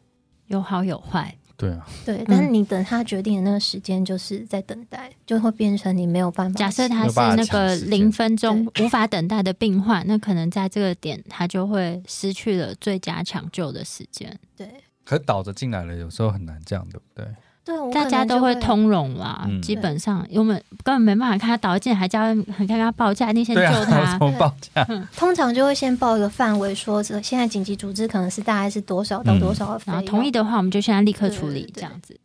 [SPEAKER 1] 有好有坏，
[SPEAKER 2] 对啊，
[SPEAKER 5] 对，但
[SPEAKER 1] 嗯
[SPEAKER 5] 是你等他决定的那个时间就是在等待，就会变成你没有办法。
[SPEAKER 1] 假设他
[SPEAKER 2] 没有
[SPEAKER 1] 是
[SPEAKER 2] 办法
[SPEAKER 1] 那
[SPEAKER 2] 抢
[SPEAKER 1] 个
[SPEAKER 2] 时间
[SPEAKER 1] 零分钟无法等待的病患，那可能在这个点他就会失去了最佳抢救的时间。
[SPEAKER 5] 对
[SPEAKER 2] 可是倒着进来了，有时候很难这样，对不对？
[SPEAKER 5] 对，我可
[SPEAKER 1] 大
[SPEAKER 5] 能
[SPEAKER 1] 家都
[SPEAKER 5] 就
[SPEAKER 1] 会
[SPEAKER 5] 会
[SPEAKER 1] 通融啦，
[SPEAKER 2] 嗯
[SPEAKER 1] 基本上因为我们根本没办法看他倒进来，还叫他很看他报价，你先
[SPEAKER 2] 对啊，
[SPEAKER 1] 救他。
[SPEAKER 2] 我怎么报价？
[SPEAKER 5] 通常就会先报一个范围，说这现在紧急处置可能是大概是多少到
[SPEAKER 2] 嗯
[SPEAKER 5] 多少的费
[SPEAKER 1] 然
[SPEAKER 5] 用。
[SPEAKER 1] 后同意的话，我们就现在立刻处
[SPEAKER 5] 对
[SPEAKER 1] 理
[SPEAKER 5] 对对
[SPEAKER 1] 这样子。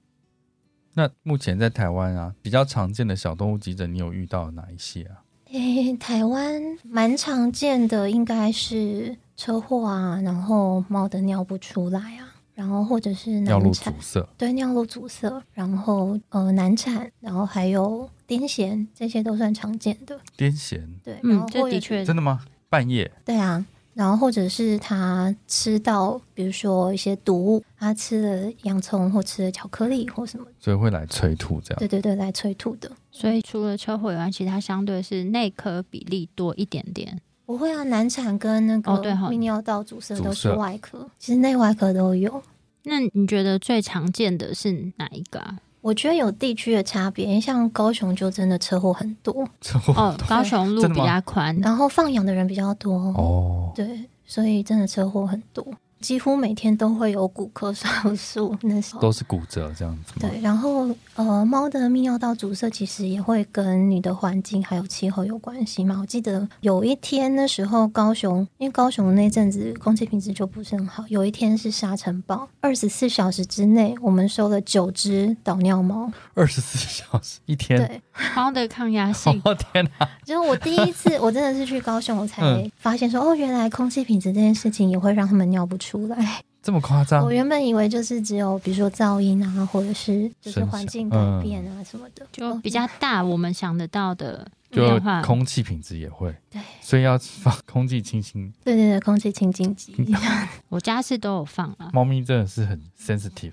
[SPEAKER 2] 那目前在台湾啊，比较常见的小动物急诊，你有遇到哪一些啊？
[SPEAKER 5] 诶、台湾蛮常见的应该是车祸啊，然后猫的尿不出来啊，然后或者是
[SPEAKER 2] 尿路
[SPEAKER 5] 难
[SPEAKER 2] 阻
[SPEAKER 5] 产，
[SPEAKER 2] 塞，
[SPEAKER 5] 对，尿路阻塞，然后呃难产，然后还有癫痫，这些都算常见的。
[SPEAKER 2] 癫痫，
[SPEAKER 5] 对，然
[SPEAKER 1] 嗯
[SPEAKER 5] 后，
[SPEAKER 1] 这
[SPEAKER 5] 或者
[SPEAKER 1] 的
[SPEAKER 5] 是
[SPEAKER 1] 确
[SPEAKER 2] 真的吗？半夜
[SPEAKER 5] 对啊，然后或者是他吃到比如说一些毒物，他吃了洋葱或吃了巧克力或什么，
[SPEAKER 2] 所以会来催吐这样。
[SPEAKER 5] 对对对，来催吐的。
[SPEAKER 1] 所以除了车祸以外，其他相对是内科比例多一点点。
[SPEAKER 5] 不会啊，难产跟那个
[SPEAKER 1] 哦对哈
[SPEAKER 5] 泌尿道阻塞
[SPEAKER 2] 阻
[SPEAKER 5] 都是
[SPEAKER 2] 塞
[SPEAKER 5] 外科，其实内外科都有。
[SPEAKER 1] 那你觉得最常见的是哪一个啊？
[SPEAKER 5] 我觉得有地区的差别，像高雄就真的车祸很多，
[SPEAKER 2] 这 我
[SPEAKER 1] 哦，高雄路
[SPEAKER 2] 真的
[SPEAKER 1] 比
[SPEAKER 2] 吗
[SPEAKER 1] 较宽，
[SPEAKER 5] 然后放养的人比较多，
[SPEAKER 2] 哦，
[SPEAKER 5] 对，所以真的车祸很多。几乎每天都会有骨科手术，那时候
[SPEAKER 2] 都是骨折这样子吗？
[SPEAKER 5] 对，然后呃，猫的泌尿道阻塞其实也会跟你的环境还有气候有关系嘛。我记得有一天那时候高雄，因为高雄那阵子空气品质就不是很好，有一天是沙尘暴，二十四小时之内我们收了九只导尿猫。
[SPEAKER 2] 二十四 小时一 天，
[SPEAKER 5] 对，
[SPEAKER 1] 猫的抗压性，
[SPEAKER 2] 哦天哪、
[SPEAKER 5] 就是我第一次，我真的是去高雄，我才
[SPEAKER 2] 嗯
[SPEAKER 5] 发现说，哦，原来空气品质这件事情也会让他们尿不出来。
[SPEAKER 2] 这么夸张
[SPEAKER 5] 我？原本以为就是只有比如说噪音啊，或者是就是环境改变
[SPEAKER 2] 嗯
[SPEAKER 5] 啊什么的，
[SPEAKER 1] 就比较大，我们想得到的
[SPEAKER 2] 就
[SPEAKER 1] 变化。
[SPEAKER 2] 空气品质也会，
[SPEAKER 5] 对
[SPEAKER 2] 所以要放空气清新。
[SPEAKER 5] 嗯对对对，空气清 净机。
[SPEAKER 1] 我家是都有放了。
[SPEAKER 2] 猫咪真的是很 sensitive，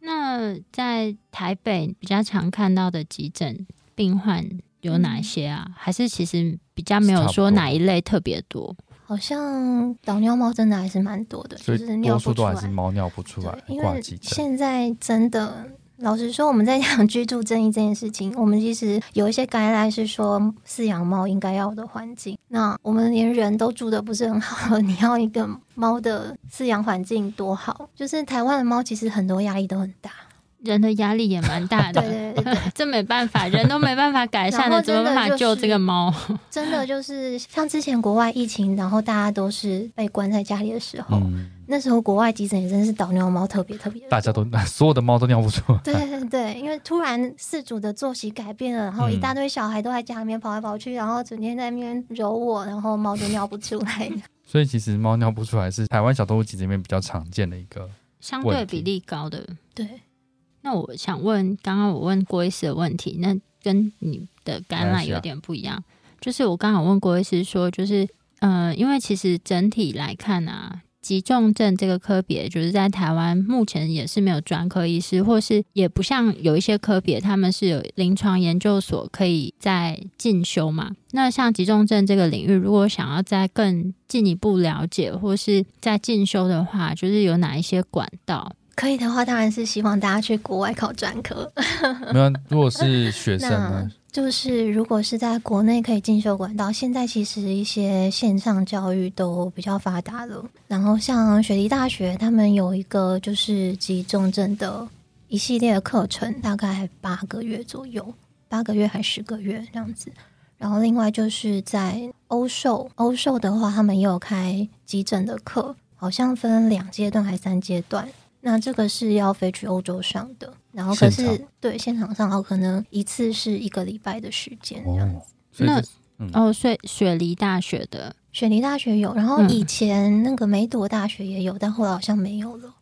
[SPEAKER 1] 那在台北比较常看到的急诊病患有
[SPEAKER 5] 嗯
[SPEAKER 1] 哪些啊？还是其实比较没有说哪一类特别多？
[SPEAKER 5] 好像导尿猫真的还是蛮多的，
[SPEAKER 2] 所
[SPEAKER 5] 就是
[SPEAKER 2] 以
[SPEAKER 5] 尿
[SPEAKER 2] 多
[SPEAKER 5] 不
[SPEAKER 2] 数
[SPEAKER 5] 出
[SPEAKER 2] 都
[SPEAKER 5] 来
[SPEAKER 2] 还。是猫尿不出来
[SPEAKER 5] 对，因
[SPEAKER 2] 挂
[SPEAKER 5] 为
[SPEAKER 2] 急诊。
[SPEAKER 5] 现在真的，老实说，我们在 讲居住正义这件事情，我们其实有一些该来是说饲养猫应该要的环境。那我们连人都住的不是很好， 你要一个猫的饲养环境多好？就是台湾的猫其实很多压力都很 大，
[SPEAKER 1] 人的压力也蛮大
[SPEAKER 5] 对
[SPEAKER 1] 的。
[SPEAKER 5] 对对对
[SPEAKER 1] 这没办法，人都没办法改善
[SPEAKER 5] 然
[SPEAKER 1] 的，
[SPEAKER 5] 后
[SPEAKER 1] 怎
[SPEAKER 5] 真的
[SPEAKER 1] 么办法救
[SPEAKER 5] 就是
[SPEAKER 1] 这个猫？
[SPEAKER 5] 真的就是像之前国外疫情，然后大家都是被关在家里的时候，
[SPEAKER 2] 嗯，
[SPEAKER 5] 那时候国外急诊也真是导尿猫特别特别多
[SPEAKER 2] 大家都 所有的猫都尿不出来，
[SPEAKER 5] 对对对，因为突然饲主的作息改变了，然后一大堆小孩都在家里面跑来跑去，然后整天在那边揉我，然后猫就尿不出来。
[SPEAKER 2] 所以其实猫尿不出来是台湾小动物急诊里面比较常见的一 个。
[SPEAKER 1] 相对
[SPEAKER 2] 问题
[SPEAKER 1] 比例高的。
[SPEAKER 5] 对，
[SPEAKER 1] 那我想问，刚刚我问郭医师的问题，那跟你的感
[SPEAKER 2] 没关
[SPEAKER 1] 染
[SPEAKER 2] 系啊
[SPEAKER 1] 有点不一样。就是我刚好问郭医师说，就是呃，因为其实整体来看啊，急重症这个科别，就是在台湾目前也是没有专科医师，或是也不像有一些科别，他们是有临床研究所可以在进修嘛。那像急重症这个领域，如果想要再更进一步了解，或是在进修的话，就是有哪一些管道？
[SPEAKER 5] 可以的话，当然是希望大家去国外考专科。
[SPEAKER 2] 没有，啊如果是学生
[SPEAKER 5] 那
[SPEAKER 2] 呢？
[SPEAKER 5] 就是如果是在国内可以进修管道，现在其实一些线上教育都比较发达了。然后像雪梨大学，他们有一个就是急重症的一系列的课程，大概八个月左右，八个月还十个月这样子。然后另外就是在欧售，欧售的话，他们也有开急诊的课，好像分两阶段还三阶段。那这个是要飞去欧洲上的，然后可
[SPEAKER 2] 现场
[SPEAKER 5] 是对现场上，哦，可能一次是一个礼拜的时间这样子。
[SPEAKER 2] 哦，所以
[SPEAKER 1] 那
[SPEAKER 2] 这嗯
[SPEAKER 1] 哦，所以雪梨大学的
[SPEAKER 5] 雪梨大学有，然后
[SPEAKER 1] 嗯
[SPEAKER 5] 以前那个梅朵大学也有，但后来好像没有了。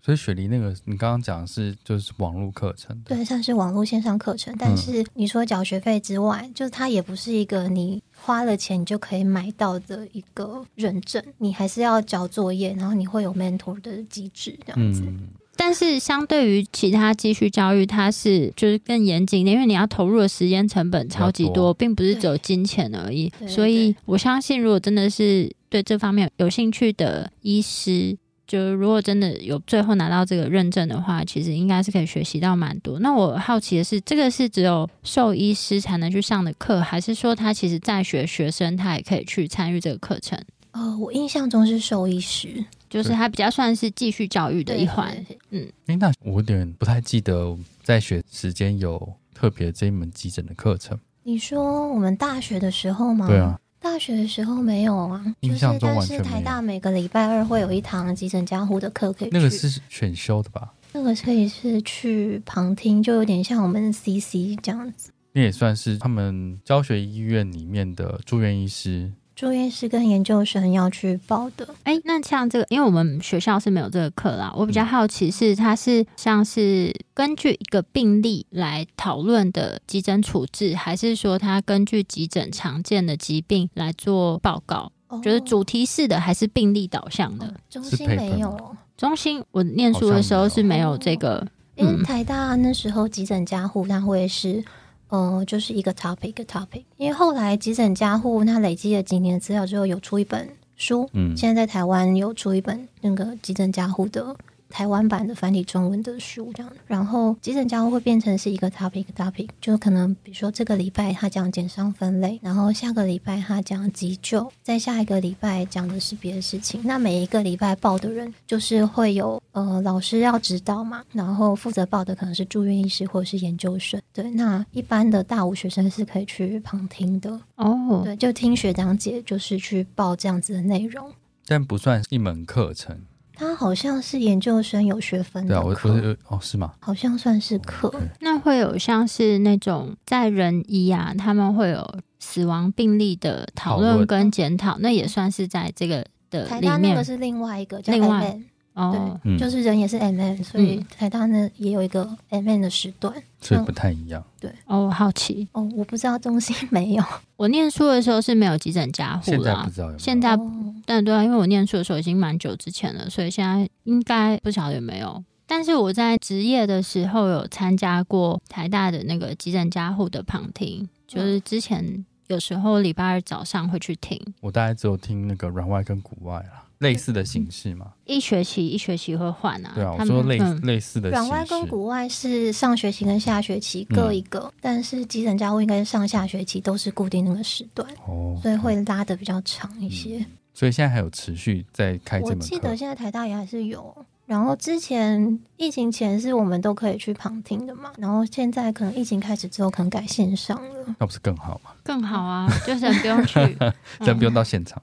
[SPEAKER 2] 所以雪梨那个你刚刚讲的是就是网络课程的，
[SPEAKER 5] 对，算是网络线上课程，
[SPEAKER 2] 嗯
[SPEAKER 5] 但是你说缴学费之外，就是它也不是一个你花了钱你就可以买到的一个认证，你还是要交作业，然后你会有 mentor 的机制这样子。
[SPEAKER 2] 嗯，
[SPEAKER 1] 但是相对于其他继续教育，它是就是更严谨一点，因为你要投入的时间成本超级
[SPEAKER 2] 比较
[SPEAKER 1] 多，
[SPEAKER 2] 多
[SPEAKER 1] 并不是只有金钱而已
[SPEAKER 5] 对。对
[SPEAKER 1] 所以我相信，如果真的是对这方面有兴趣的医师，就如果真的有最后拿到这个认证的话，其实应该是可以学习到蛮多。那我好奇的是，这个是只有兽医师才能去上的课，还是说他其实在学学生他也可以去参与这个课程？
[SPEAKER 2] 嗯
[SPEAKER 5] 呃，我印象中是兽医师
[SPEAKER 1] 就是
[SPEAKER 2] 对
[SPEAKER 1] 它比较算是继续教育的一环。
[SPEAKER 5] 对对
[SPEAKER 2] 诶，那我有点不太记得在学时间有特别这一门急诊的课程，
[SPEAKER 5] 你说我们大学的时候吗？
[SPEAKER 2] 对啊，，
[SPEAKER 5] 大学的时候没有啊，
[SPEAKER 2] 印象中完
[SPEAKER 5] 就
[SPEAKER 2] 全
[SPEAKER 5] 是但是
[SPEAKER 2] 没有
[SPEAKER 5] 台大每个礼拜二会有一堂急诊加护的课可以去。
[SPEAKER 2] 那个是选修的吧？
[SPEAKER 5] 那个可以是去旁听，就有点像我们 CC 这样子。
[SPEAKER 2] 那也算是他们教学医院里面的住院医师，
[SPEAKER 5] 住院师跟研究生要去报的，
[SPEAKER 1] 哎，那像这个，因为我们学校是没有这个课啦，我
[SPEAKER 5] 嗯
[SPEAKER 1] 比较好奇是它是像是根据一个病例来讨论的急诊处置，还是说它根据急诊常见的疾病来做报告？
[SPEAKER 5] 哦嗯
[SPEAKER 1] 就是主题式的还是病例导向的？
[SPEAKER 5] 中
[SPEAKER 2] 是
[SPEAKER 5] 心
[SPEAKER 2] paper
[SPEAKER 5] 没有
[SPEAKER 2] 吗
[SPEAKER 5] 哦，
[SPEAKER 1] 中心我念书的时候是没有这个，
[SPEAKER 5] 因
[SPEAKER 1] 嗯
[SPEAKER 5] 为台大那时候急诊加护，它会是。呃，就是一个 topic 一个 topic，因为后来急诊加护它累积了几年资料之后，有出一本书，
[SPEAKER 2] 嗯，
[SPEAKER 5] 现在在台湾有出一本那个急诊加护的台湾版的繁体中文的书这样。然后急诊交互会变成是一个 topic topic，就可能比如说这个礼拜他讲减伤分类，然后下个礼拜他讲急救，再下一个礼拜讲的是别的事情。那每一个礼拜报的人就是会有呃老师要指导嘛，然后负责报的可能是住院医师或者是研究生。对，那一般的大五学生是可以去旁听的，
[SPEAKER 2] 嗯
[SPEAKER 1] 哦，
[SPEAKER 5] 对，就听学长姐就是去报这样子的内容。
[SPEAKER 2] 但不算一门课程。
[SPEAKER 5] 他好像是研究生有学分
[SPEAKER 2] 对啊，
[SPEAKER 5] 的
[SPEAKER 2] 我
[SPEAKER 5] 课，
[SPEAKER 2] 我是哦，是吗？
[SPEAKER 5] 好像算是课。
[SPEAKER 2] OK
[SPEAKER 1] 那会有像是那种在人医啊，他们会有死亡病例的讨
[SPEAKER 2] 讨论
[SPEAKER 1] 论跟检讨，那也算是在这个的
[SPEAKER 5] 台
[SPEAKER 1] 里
[SPEAKER 5] 大那
[SPEAKER 1] 面
[SPEAKER 5] 个是另外一个叫
[SPEAKER 1] 另
[SPEAKER 5] M
[SPEAKER 1] 外
[SPEAKER 5] N，
[SPEAKER 1] 哦。
[SPEAKER 5] 对，
[SPEAKER 2] 嗯
[SPEAKER 5] 就是人也是 M N，所以
[SPEAKER 1] 嗯
[SPEAKER 5] 台大那也有一个 M N 的时段。
[SPEAKER 2] 所以不太一样。
[SPEAKER 1] 哦，好奇，
[SPEAKER 5] 哦，我不知道中心没有。
[SPEAKER 1] 我念书的时候是没有急诊加护
[SPEAKER 2] 现在
[SPEAKER 1] 啦
[SPEAKER 2] 不，知道有没有
[SPEAKER 1] 现在
[SPEAKER 5] 哦
[SPEAKER 1] 但对啊，因为我念书的时候已经蛮久之前了，所以现在应该不晓得有没有。但是我在职业的时候有参加过台大的那个急诊加护的旁听，
[SPEAKER 2] 嗯
[SPEAKER 1] 就是之前有时候礼拜二早上会去听，
[SPEAKER 2] 我大概只有听那个软外跟古外啦，类似的形式嘛。
[SPEAKER 1] 一学期一学期会换啊。
[SPEAKER 2] 对啊，我
[SPEAKER 1] 他
[SPEAKER 2] 说
[SPEAKER 1] 们
[SPEAKER 2] 类
[SPEAKER 1] 嗯
[SPEAKER 2] 类似的形
[SPEAKER 5] 软
[SPEAKER 2] 式。
[SPEAKER 5] 外跟古外是上学期跟下学期各一
[SPEAKER 1] 嗯
[SPEAKER 5] 个，但是急诊加护应该是上下学期都是固定那个时段，
[SPEAKER 2] 哦，
[SPEAKER 5] 所以会拉的比较长一些。
[SPEAKER 1] 嗯
[SPEAKER 2] 所以现在还有持续在开这
[SPEAKER 5] 我
[SPEAKER 2] 门
[SPEAKER 5] 记
[SPEAKER 2] 课
[SPEAKER 5] 得。现在台大也还是有。然后之前疫情前是我们都可以去旁听的嘛，然后现在可能疫情开始之后，可能改线上了。
[SPEAKER 2] 那不是更好吗？
[SPEAKER 1] 更好啊，就是很不用 去。
[SPEAKER 2] 真
[SPEAKER 1] 嗯
[SPEAKER 2] 不用到现场，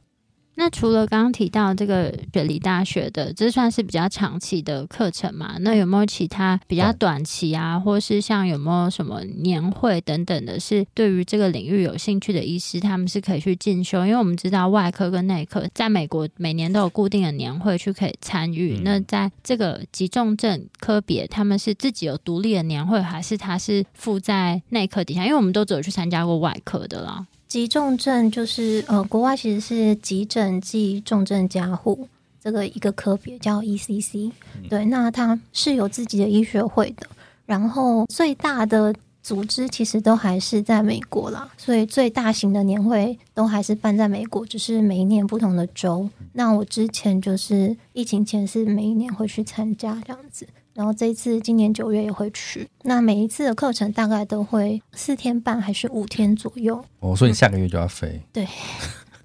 [SPEAKER 1] 那除了刚刚提到这个雪梨大学的，这算是比较长期的课程嘛？那有没有其他比较短期啊，或是像有没有什么年会等等的，是对于这个领域有兴趣的医师，他们是可以去进修？因为我们知道外科跟内科在美国每年都有固定的年会去可以参与。
[SPEAKER 2] 嗯
[SPEAKER 1] 那在这个急重症科别，他们是自己有独立的年会，还是他是附在内科底下？因为我们都只有去参加过外科的啦。
[SPEAKER 5] 急重症就是呃，国外其实是急诊暨重症加护这个一个科别叫 ECC，、对，那它是有自己的医学会的，然后最大的组织其实都还是在美国啦，所以最大型的年会都还是办在美国，只是每一年不同的州。那我之前就是疫情前是每一年会去参加这样子。然后这一次今年九月也会去，那每一次的课程大概都会四天半还是五天左右，
[SPEAKER 1] 嗯
[SPEAKER 2] 我哦说你下个月就要飞，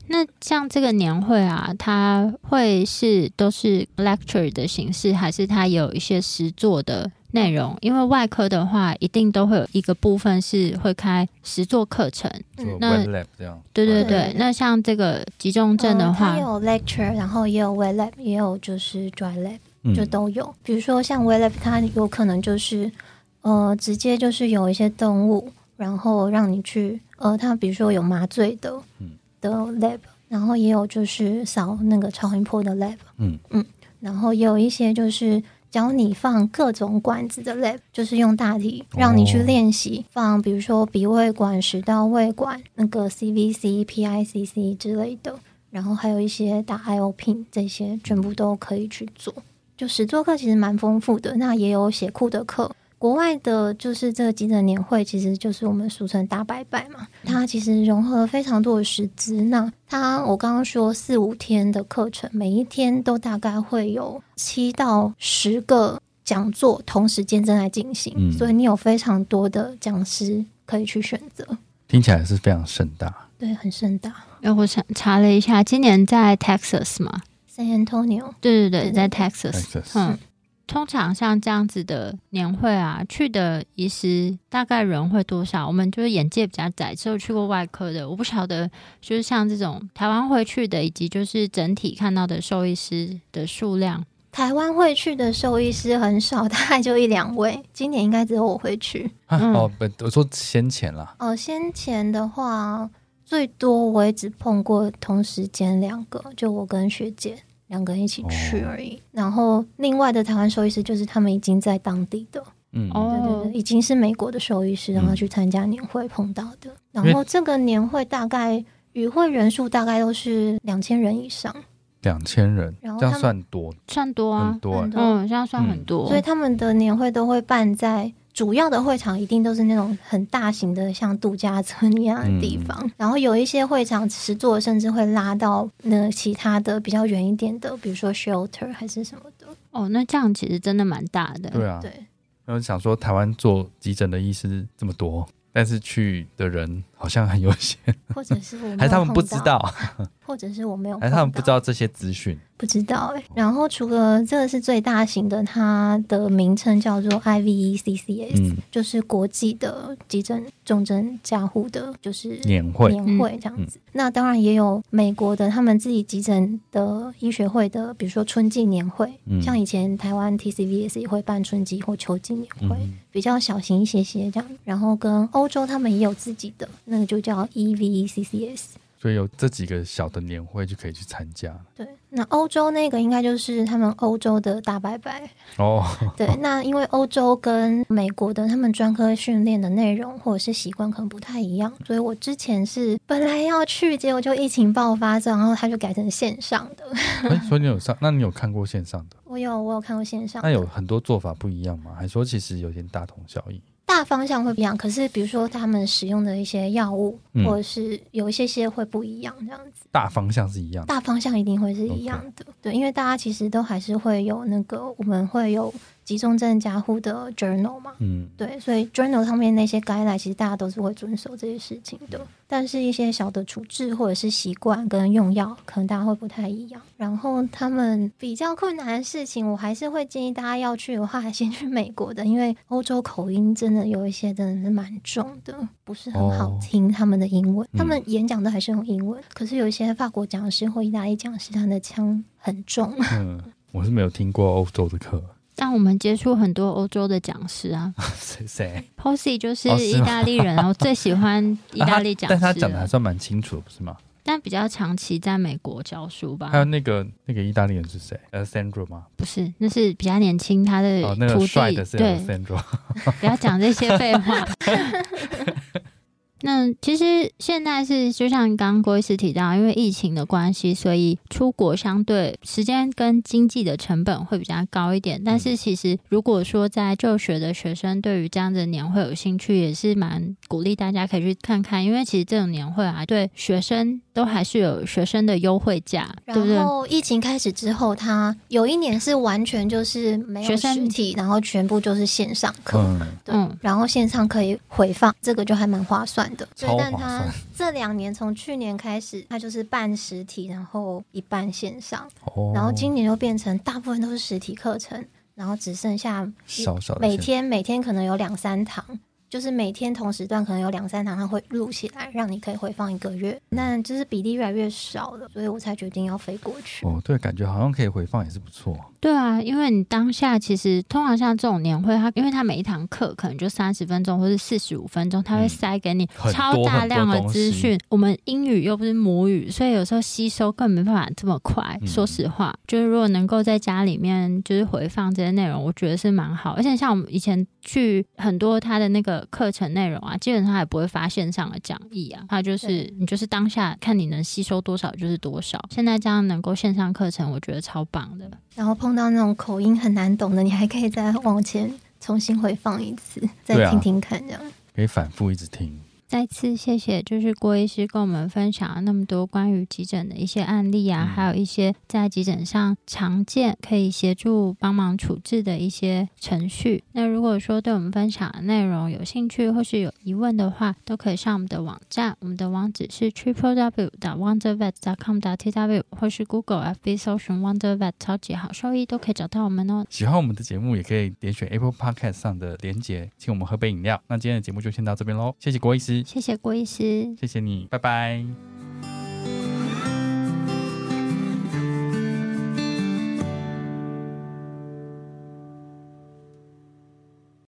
[SPEAKER 1] 那像这个年会啊，它会是都是 lecture 的形式，还是它有一些实作的内容？因为外科的话，一定都会有一个部分是会开实作课程。
[SPEAKER 2] 做
[SPEAKER 1] 嗯那
[SPEAKER 2] web lab 这样。
[SPEAKER 1] 对对对，
[SPEAKER 5] 对
[SPEAKER 1] 那像这个急重症的
[SPEAKER 5] 嗯
[SPEAKER 1] 话，
[SPEAKER 5] 它有 lecture，然后也有 web lab，也有就是 dry lab，
[SPEAKER 2] 嗯
[SPEAKER 5] 就都有。比如说像 web lab，它有可能就是呃，直接就是有一些动物，然后让你去呃，它比如说有麻醉的，
[SPEAKER 2] 嗯
[SPEAKER 5] 的 lab，然后也有就是扫那个超音波的 lab，
[SPEAKER 2] 嗯
[SPEAKER 5] 嗯，然后也有一些就是。教你放各种管子的 lab，就是用大体让你去
[SPEAKER 2] 哦
[SPEAKER 5] 练习、放，比如说鼻胃管、食道胃管、那个 CVC、PICC 之类的。然后还有一些打 IOP 这些，全部都可以去做。就实作课其实蛮丰富的，那也有写库的课。国外的就是这个急诊年会，其实就是我们俗称大拜拜嘛。它其实融合了非常多的师资。那它我刚刚说四五天的课程，每一天都大概会有七到十个讲座同时间正在进行，
[SPEAKER 2] 嗯
[SPEAKER 5] 所以你有非常多的讲师可以去选择。
[SPEAKER 2] 听起来是非常盛大。
[SPEAKER 5] 对，很盛大。
[SPEAKER 1] 哎我查查了一下，今年在 Texas 嘛，
[SPEAKER 5] San Antonio
[SPEAKER 1] 对对对，
[SPEAKER 5] 对
[SPEAKER 1] 在
[SPEAKER 5] 对
[SPEAKER 1] Texas。
[SPEAKER 2] Texas
[SPEAKER 1] 嗯，通常像这样子的年会啊，去的医师大概人会多少？我们就是眼界比较窄，只有去过外科的，我不晓得就是像这种台湾回去的，以及就是整体看到的兽医师的数量。
[SPEAKER 5] 台湾会去的兽医师很少，大概就一两位。今年应该只有我会去。
[SPEAKER 2] 啊
[SPEAKER 1] 嗯
[SPEAKER 2] 哦，不，我说先前啦，
[SPEAKER 5] 哦，先前的话，最多我也只碰过同时间两个，就我跟学姐两个人一起去而已。然后另外的台湾兽医师就是他们已经在当地的，
[SPEAKER 2] 嗯，
[SPEAKER 1] 哦
[SPEAKER 5] 对对对，已经是美国的兽医师，然后去参加年会碰到的。然后这个年会大概与会人数大概都是两千人以上，
[SPEAKER 2] 两千人，
[SPEAKER 5] 然后
[SPEAKER 2] 这样
[SPEAKER 5] 他们
[SPEAKER 2] 算多
[SPEAKER 1] 算多
[SPEAKER 2] 很
[SPEAKER 1] 啊，
[SPEAKER 2] 多欸
[SPEAKER 5] 很。多
[SPEAKER 1] 嗯，这样算很
[SPEAKER 2] 嗯
[SPEAKER 1] 多，
[SPEAKER 5] 所以他们的年会都会办在主要的会场一定都是那种很大型的，像度假村一样的地方。
[SPEAKER 2] 嗯
[SPEAKER 5] 然后有一些会场实座甚至会拉到那其他的比较远一点的，比如说 shelter 还是什么的。
[SPEAKER 1] 哦，那这样其实真的蛮大的。
[SPEAKER 2] 对啊，
[SPEAKER 5] 对，
[SPEAKER 2] 然后想说台湾做急诊的医师这么多，但是去的人好像很有 限，
[SPEAKER 5] 或者是我没有
[SPEAKER 2] 还是他们不
[SPEAKER 5] 碰
[SPEAKER 2] 知
[SPEAKER 5] 到，
[SPEAKER 2] 道，
[SPEAKER 5] 或者是我没有碰到，
[SPEAKER 2] 还是他们不知道这些资讯。
[SPEAKER 5] 不知道哎、然后除了这个是最大型的，它的名称叫做 E IVECCS，、
[SPEAKER 2] 嗯，
[SPEAKER 5] 就是国际的急诊重症加护的，就是
[SPEAKER 2] 年会
[SPEAKER 5] 年会这样子。那当然也有美国的他们自己急诊的医学会的，比如说春季年会，
[SPEAKER 2] 嗯
[SPEAKER 5] 像以前台湾 TCVS 也会办春季或秋季年会，
[SPEAKER 2] 嗯
[SPEAKER 5] 比较小型一些些这样。然后跟欧洲他们也有自己的，那个就叫 E EVECCS。
[SPEAKER 2] 所以有这几个小的年会就可以去参加
[SPEAKER 5] 对，那欧洲那个应该就是他们欧洲的大拜拜，
[SPEAKER 2] 哦。
[SPEAKER 5] 对，那因为欧洲跟美国的他们专科训练的内容或者是习惯可能不太一样，所以我之前是本来要去，结果就疫情爆发，然后他就改成线上的。
[SPEAKER 2] 哎、所以你有上？那你有看过线上的？
[SPEAKER 5] 我有我有看过线上的，
[SPEAKER 2] 那有很多做法不一样吗？还说其实有点大同小异？
[SPEAKER 5] 大方向会不一样，可是比如说他们使用的一些药物，
[SPEAKER 2] 嗯
[SPEAKER 5] 或者是有一些些会不一样这样子。
[SPEAKER 2] 大方向是一样的。
[SPEAKER 5] 大方向一定会是一样的。对，因为大家其实都还是会有那个，我们会有集中症加护的 journal 嘛。
[SPEAKER 2] 嗯，
[SPEAKER 5] 对，所以 journal 上面那些 guideline 其实大家都是会遵守这些事情
[SPEAKER 2] 嗯
[SPEAKER 5] 的，但是一些小的处置或者是习惯跟用药，可能大家会不太一样。然后他们比较困难的事情，我还是会建议大家要去的话， 先去美国的，因为欧洲口音真的有一些真的是蛮重的，不是很好
[SPEAKER 2] 哦
[SPEAKER 5] 听他们的英文。
[SPEAKER 2] 嗯
[SPEAKER 5] 他们演讲都还是用英文，可是有一些法国讲师或意大利讲师，他们的腔很重。
[SPEAKER 2] 嗯，我是没有听过欧洲的课。
[SPEAKER 1] 但我们接触很多欧洲的讲师啊
[SPEAKER 2] 谁谁？
[SPEAKER 1] ，Posy 就是
[SPEAKER 2] 哦是
[SPEAKER 1] 意
[SPEAKER 2] 吗
[SPEAKER 1] 大利人，我最喜欢意大利讲
[SPEAKER 2] 啊他但
[SPEAKER 1] 师了、
[SPEAKER 2] 他讲的还算蛮清楚的，不是吗？
[SPEAKER 1] 但比较长期在美国教书吧
[SPEAKER 2] 还。有那个那个意大利人是谁？Alessandro 吗？
[SPEAKER 1] 不是，那是比较年轻，他的
[SPEAKER 2] 哦，那
[SPEAKER 1] 徒
[SPEAKER 2] 个
[SPEAKER 1] 弟、
[SPEAKER 2] 帅的是啊
[SPEAKER 1] 对，
[SPEAKER 2] Alessandro。
[SPEAKER 1] 不要讲这些废 话。那其实现在是就像刚刚郭医师提到，因为疫情的关系，所以出国相对时间跟经济的成本会比较高一点。但
[SPEAKER 2] 嗯
[SPEAKER 1] 是其实如果说在就学的学生对于这样的年会有兴趣，也是蛮鼓励大家可以去看看，因为其实这种年会啊，对学生都还是有学生的优惠价，对不对
[SPEAKER 5] 然？后疫情开始之后，他有一年是完全就是没有
[SPEAKER 1] 学生
[SPEAKER 5] 实体，然后全部就是线上课。
[SPEAKER 2] 嗯，
[SPEAKER 5] 对
[SPEAKER 1] 嗯
[SPEAKER 5] 然后线上可以回放，这个就还蛮划算的。
[SPEAKER 2] 超
[SPEAKER 5] 对，但
[SPEAKER 2] 划
[SPEAKER 5] 他
[SPEAKER 2] 算
[SPEAKER 5] 这两年从去年开始，他就是半实体，然后一半线上，
[SPEAKER 2] 哦。
[SPEAKER 5] 然后今年就变成大部分都是实体课程，然后只剩下一
[SPEAKER 2] 少少的
[SPEAKER 5] 每
[SPEAKER 2] 线
[SPEAKER 5] 天每天可能有两三堂，就是每天同时段可能有两三堂，它会录起来，让你可以回放一个月。那就是比例越来越少了，所以我才决定要飞过去。
[SPEAKER 2] 哦，对，感觉好像可以回放也是不错。
[SPEAKER 1] 对啊，因为你当下其实通常像这种年会，它因为它每一堂课可能就三十分钟或是四十五分钟，它会
[SPEAKER 2] 嗯
[SPEAKER 1] 塞给你
[SPEAKER 2] 很多
[SPEAKER 1] 超大量的
[SPEAKER 2] 很多东西
[SPEAKER 1] 资讯。我们英语又不是母语，所以有时候吸收更没办法这么快。
[SPEAKER 2] 嗯
[SPEAKER 1] 说实话，就是如果能够在家里面就是回放这些内容，我觉得是蛮好。而且像我们以前去很多它的那个课程内容啊，基本上也不会发线上的讲义啊，它就是
[SPEAKER 5] 对
[SPEAKER 1] 你就是当下看你能吸收多少就是多少。现在这样能够线上课程，我觉得超棒的。
[SPEAKER 5] 然后碰到那种口音很难懂的，你还可以再往前重新回放一次，
[SPEAKER 2] 对
[SPEAKER 5] 再
[SPEAKER 2] 啊
[SPEAKER 5] 听听看这样。
[SPEAKER 2] 可以反复一直听，
[SPEAKER 1] 再次谢谢，就是郭医师跟我们分享了那么多关于急诊的一些案例啊，
[SPEAKER 2] 嗯
[SPEAKER 1] 还有一些在急诊上常见可以协助帮忙处置的一些程序。那如果说对我们分享的内容有兴趣或是有疑问的话，都可以上我们的网站，我们的网址是 triple w wondervet com t w 或是 Google FB 搜寻 wondervet 超级好兽医都可以找到我们哦。
[SPEAKER 2] 喜欢我们的节目也可以点选 Apple Podcast 上的连结，请我们喝杯饮料。那今天的节目就先到这边喽，谢谢郭医师，
[SPEAKER 1] 谢谢郭医师，
[SPEAKER 2] 谢谢你，拜拜。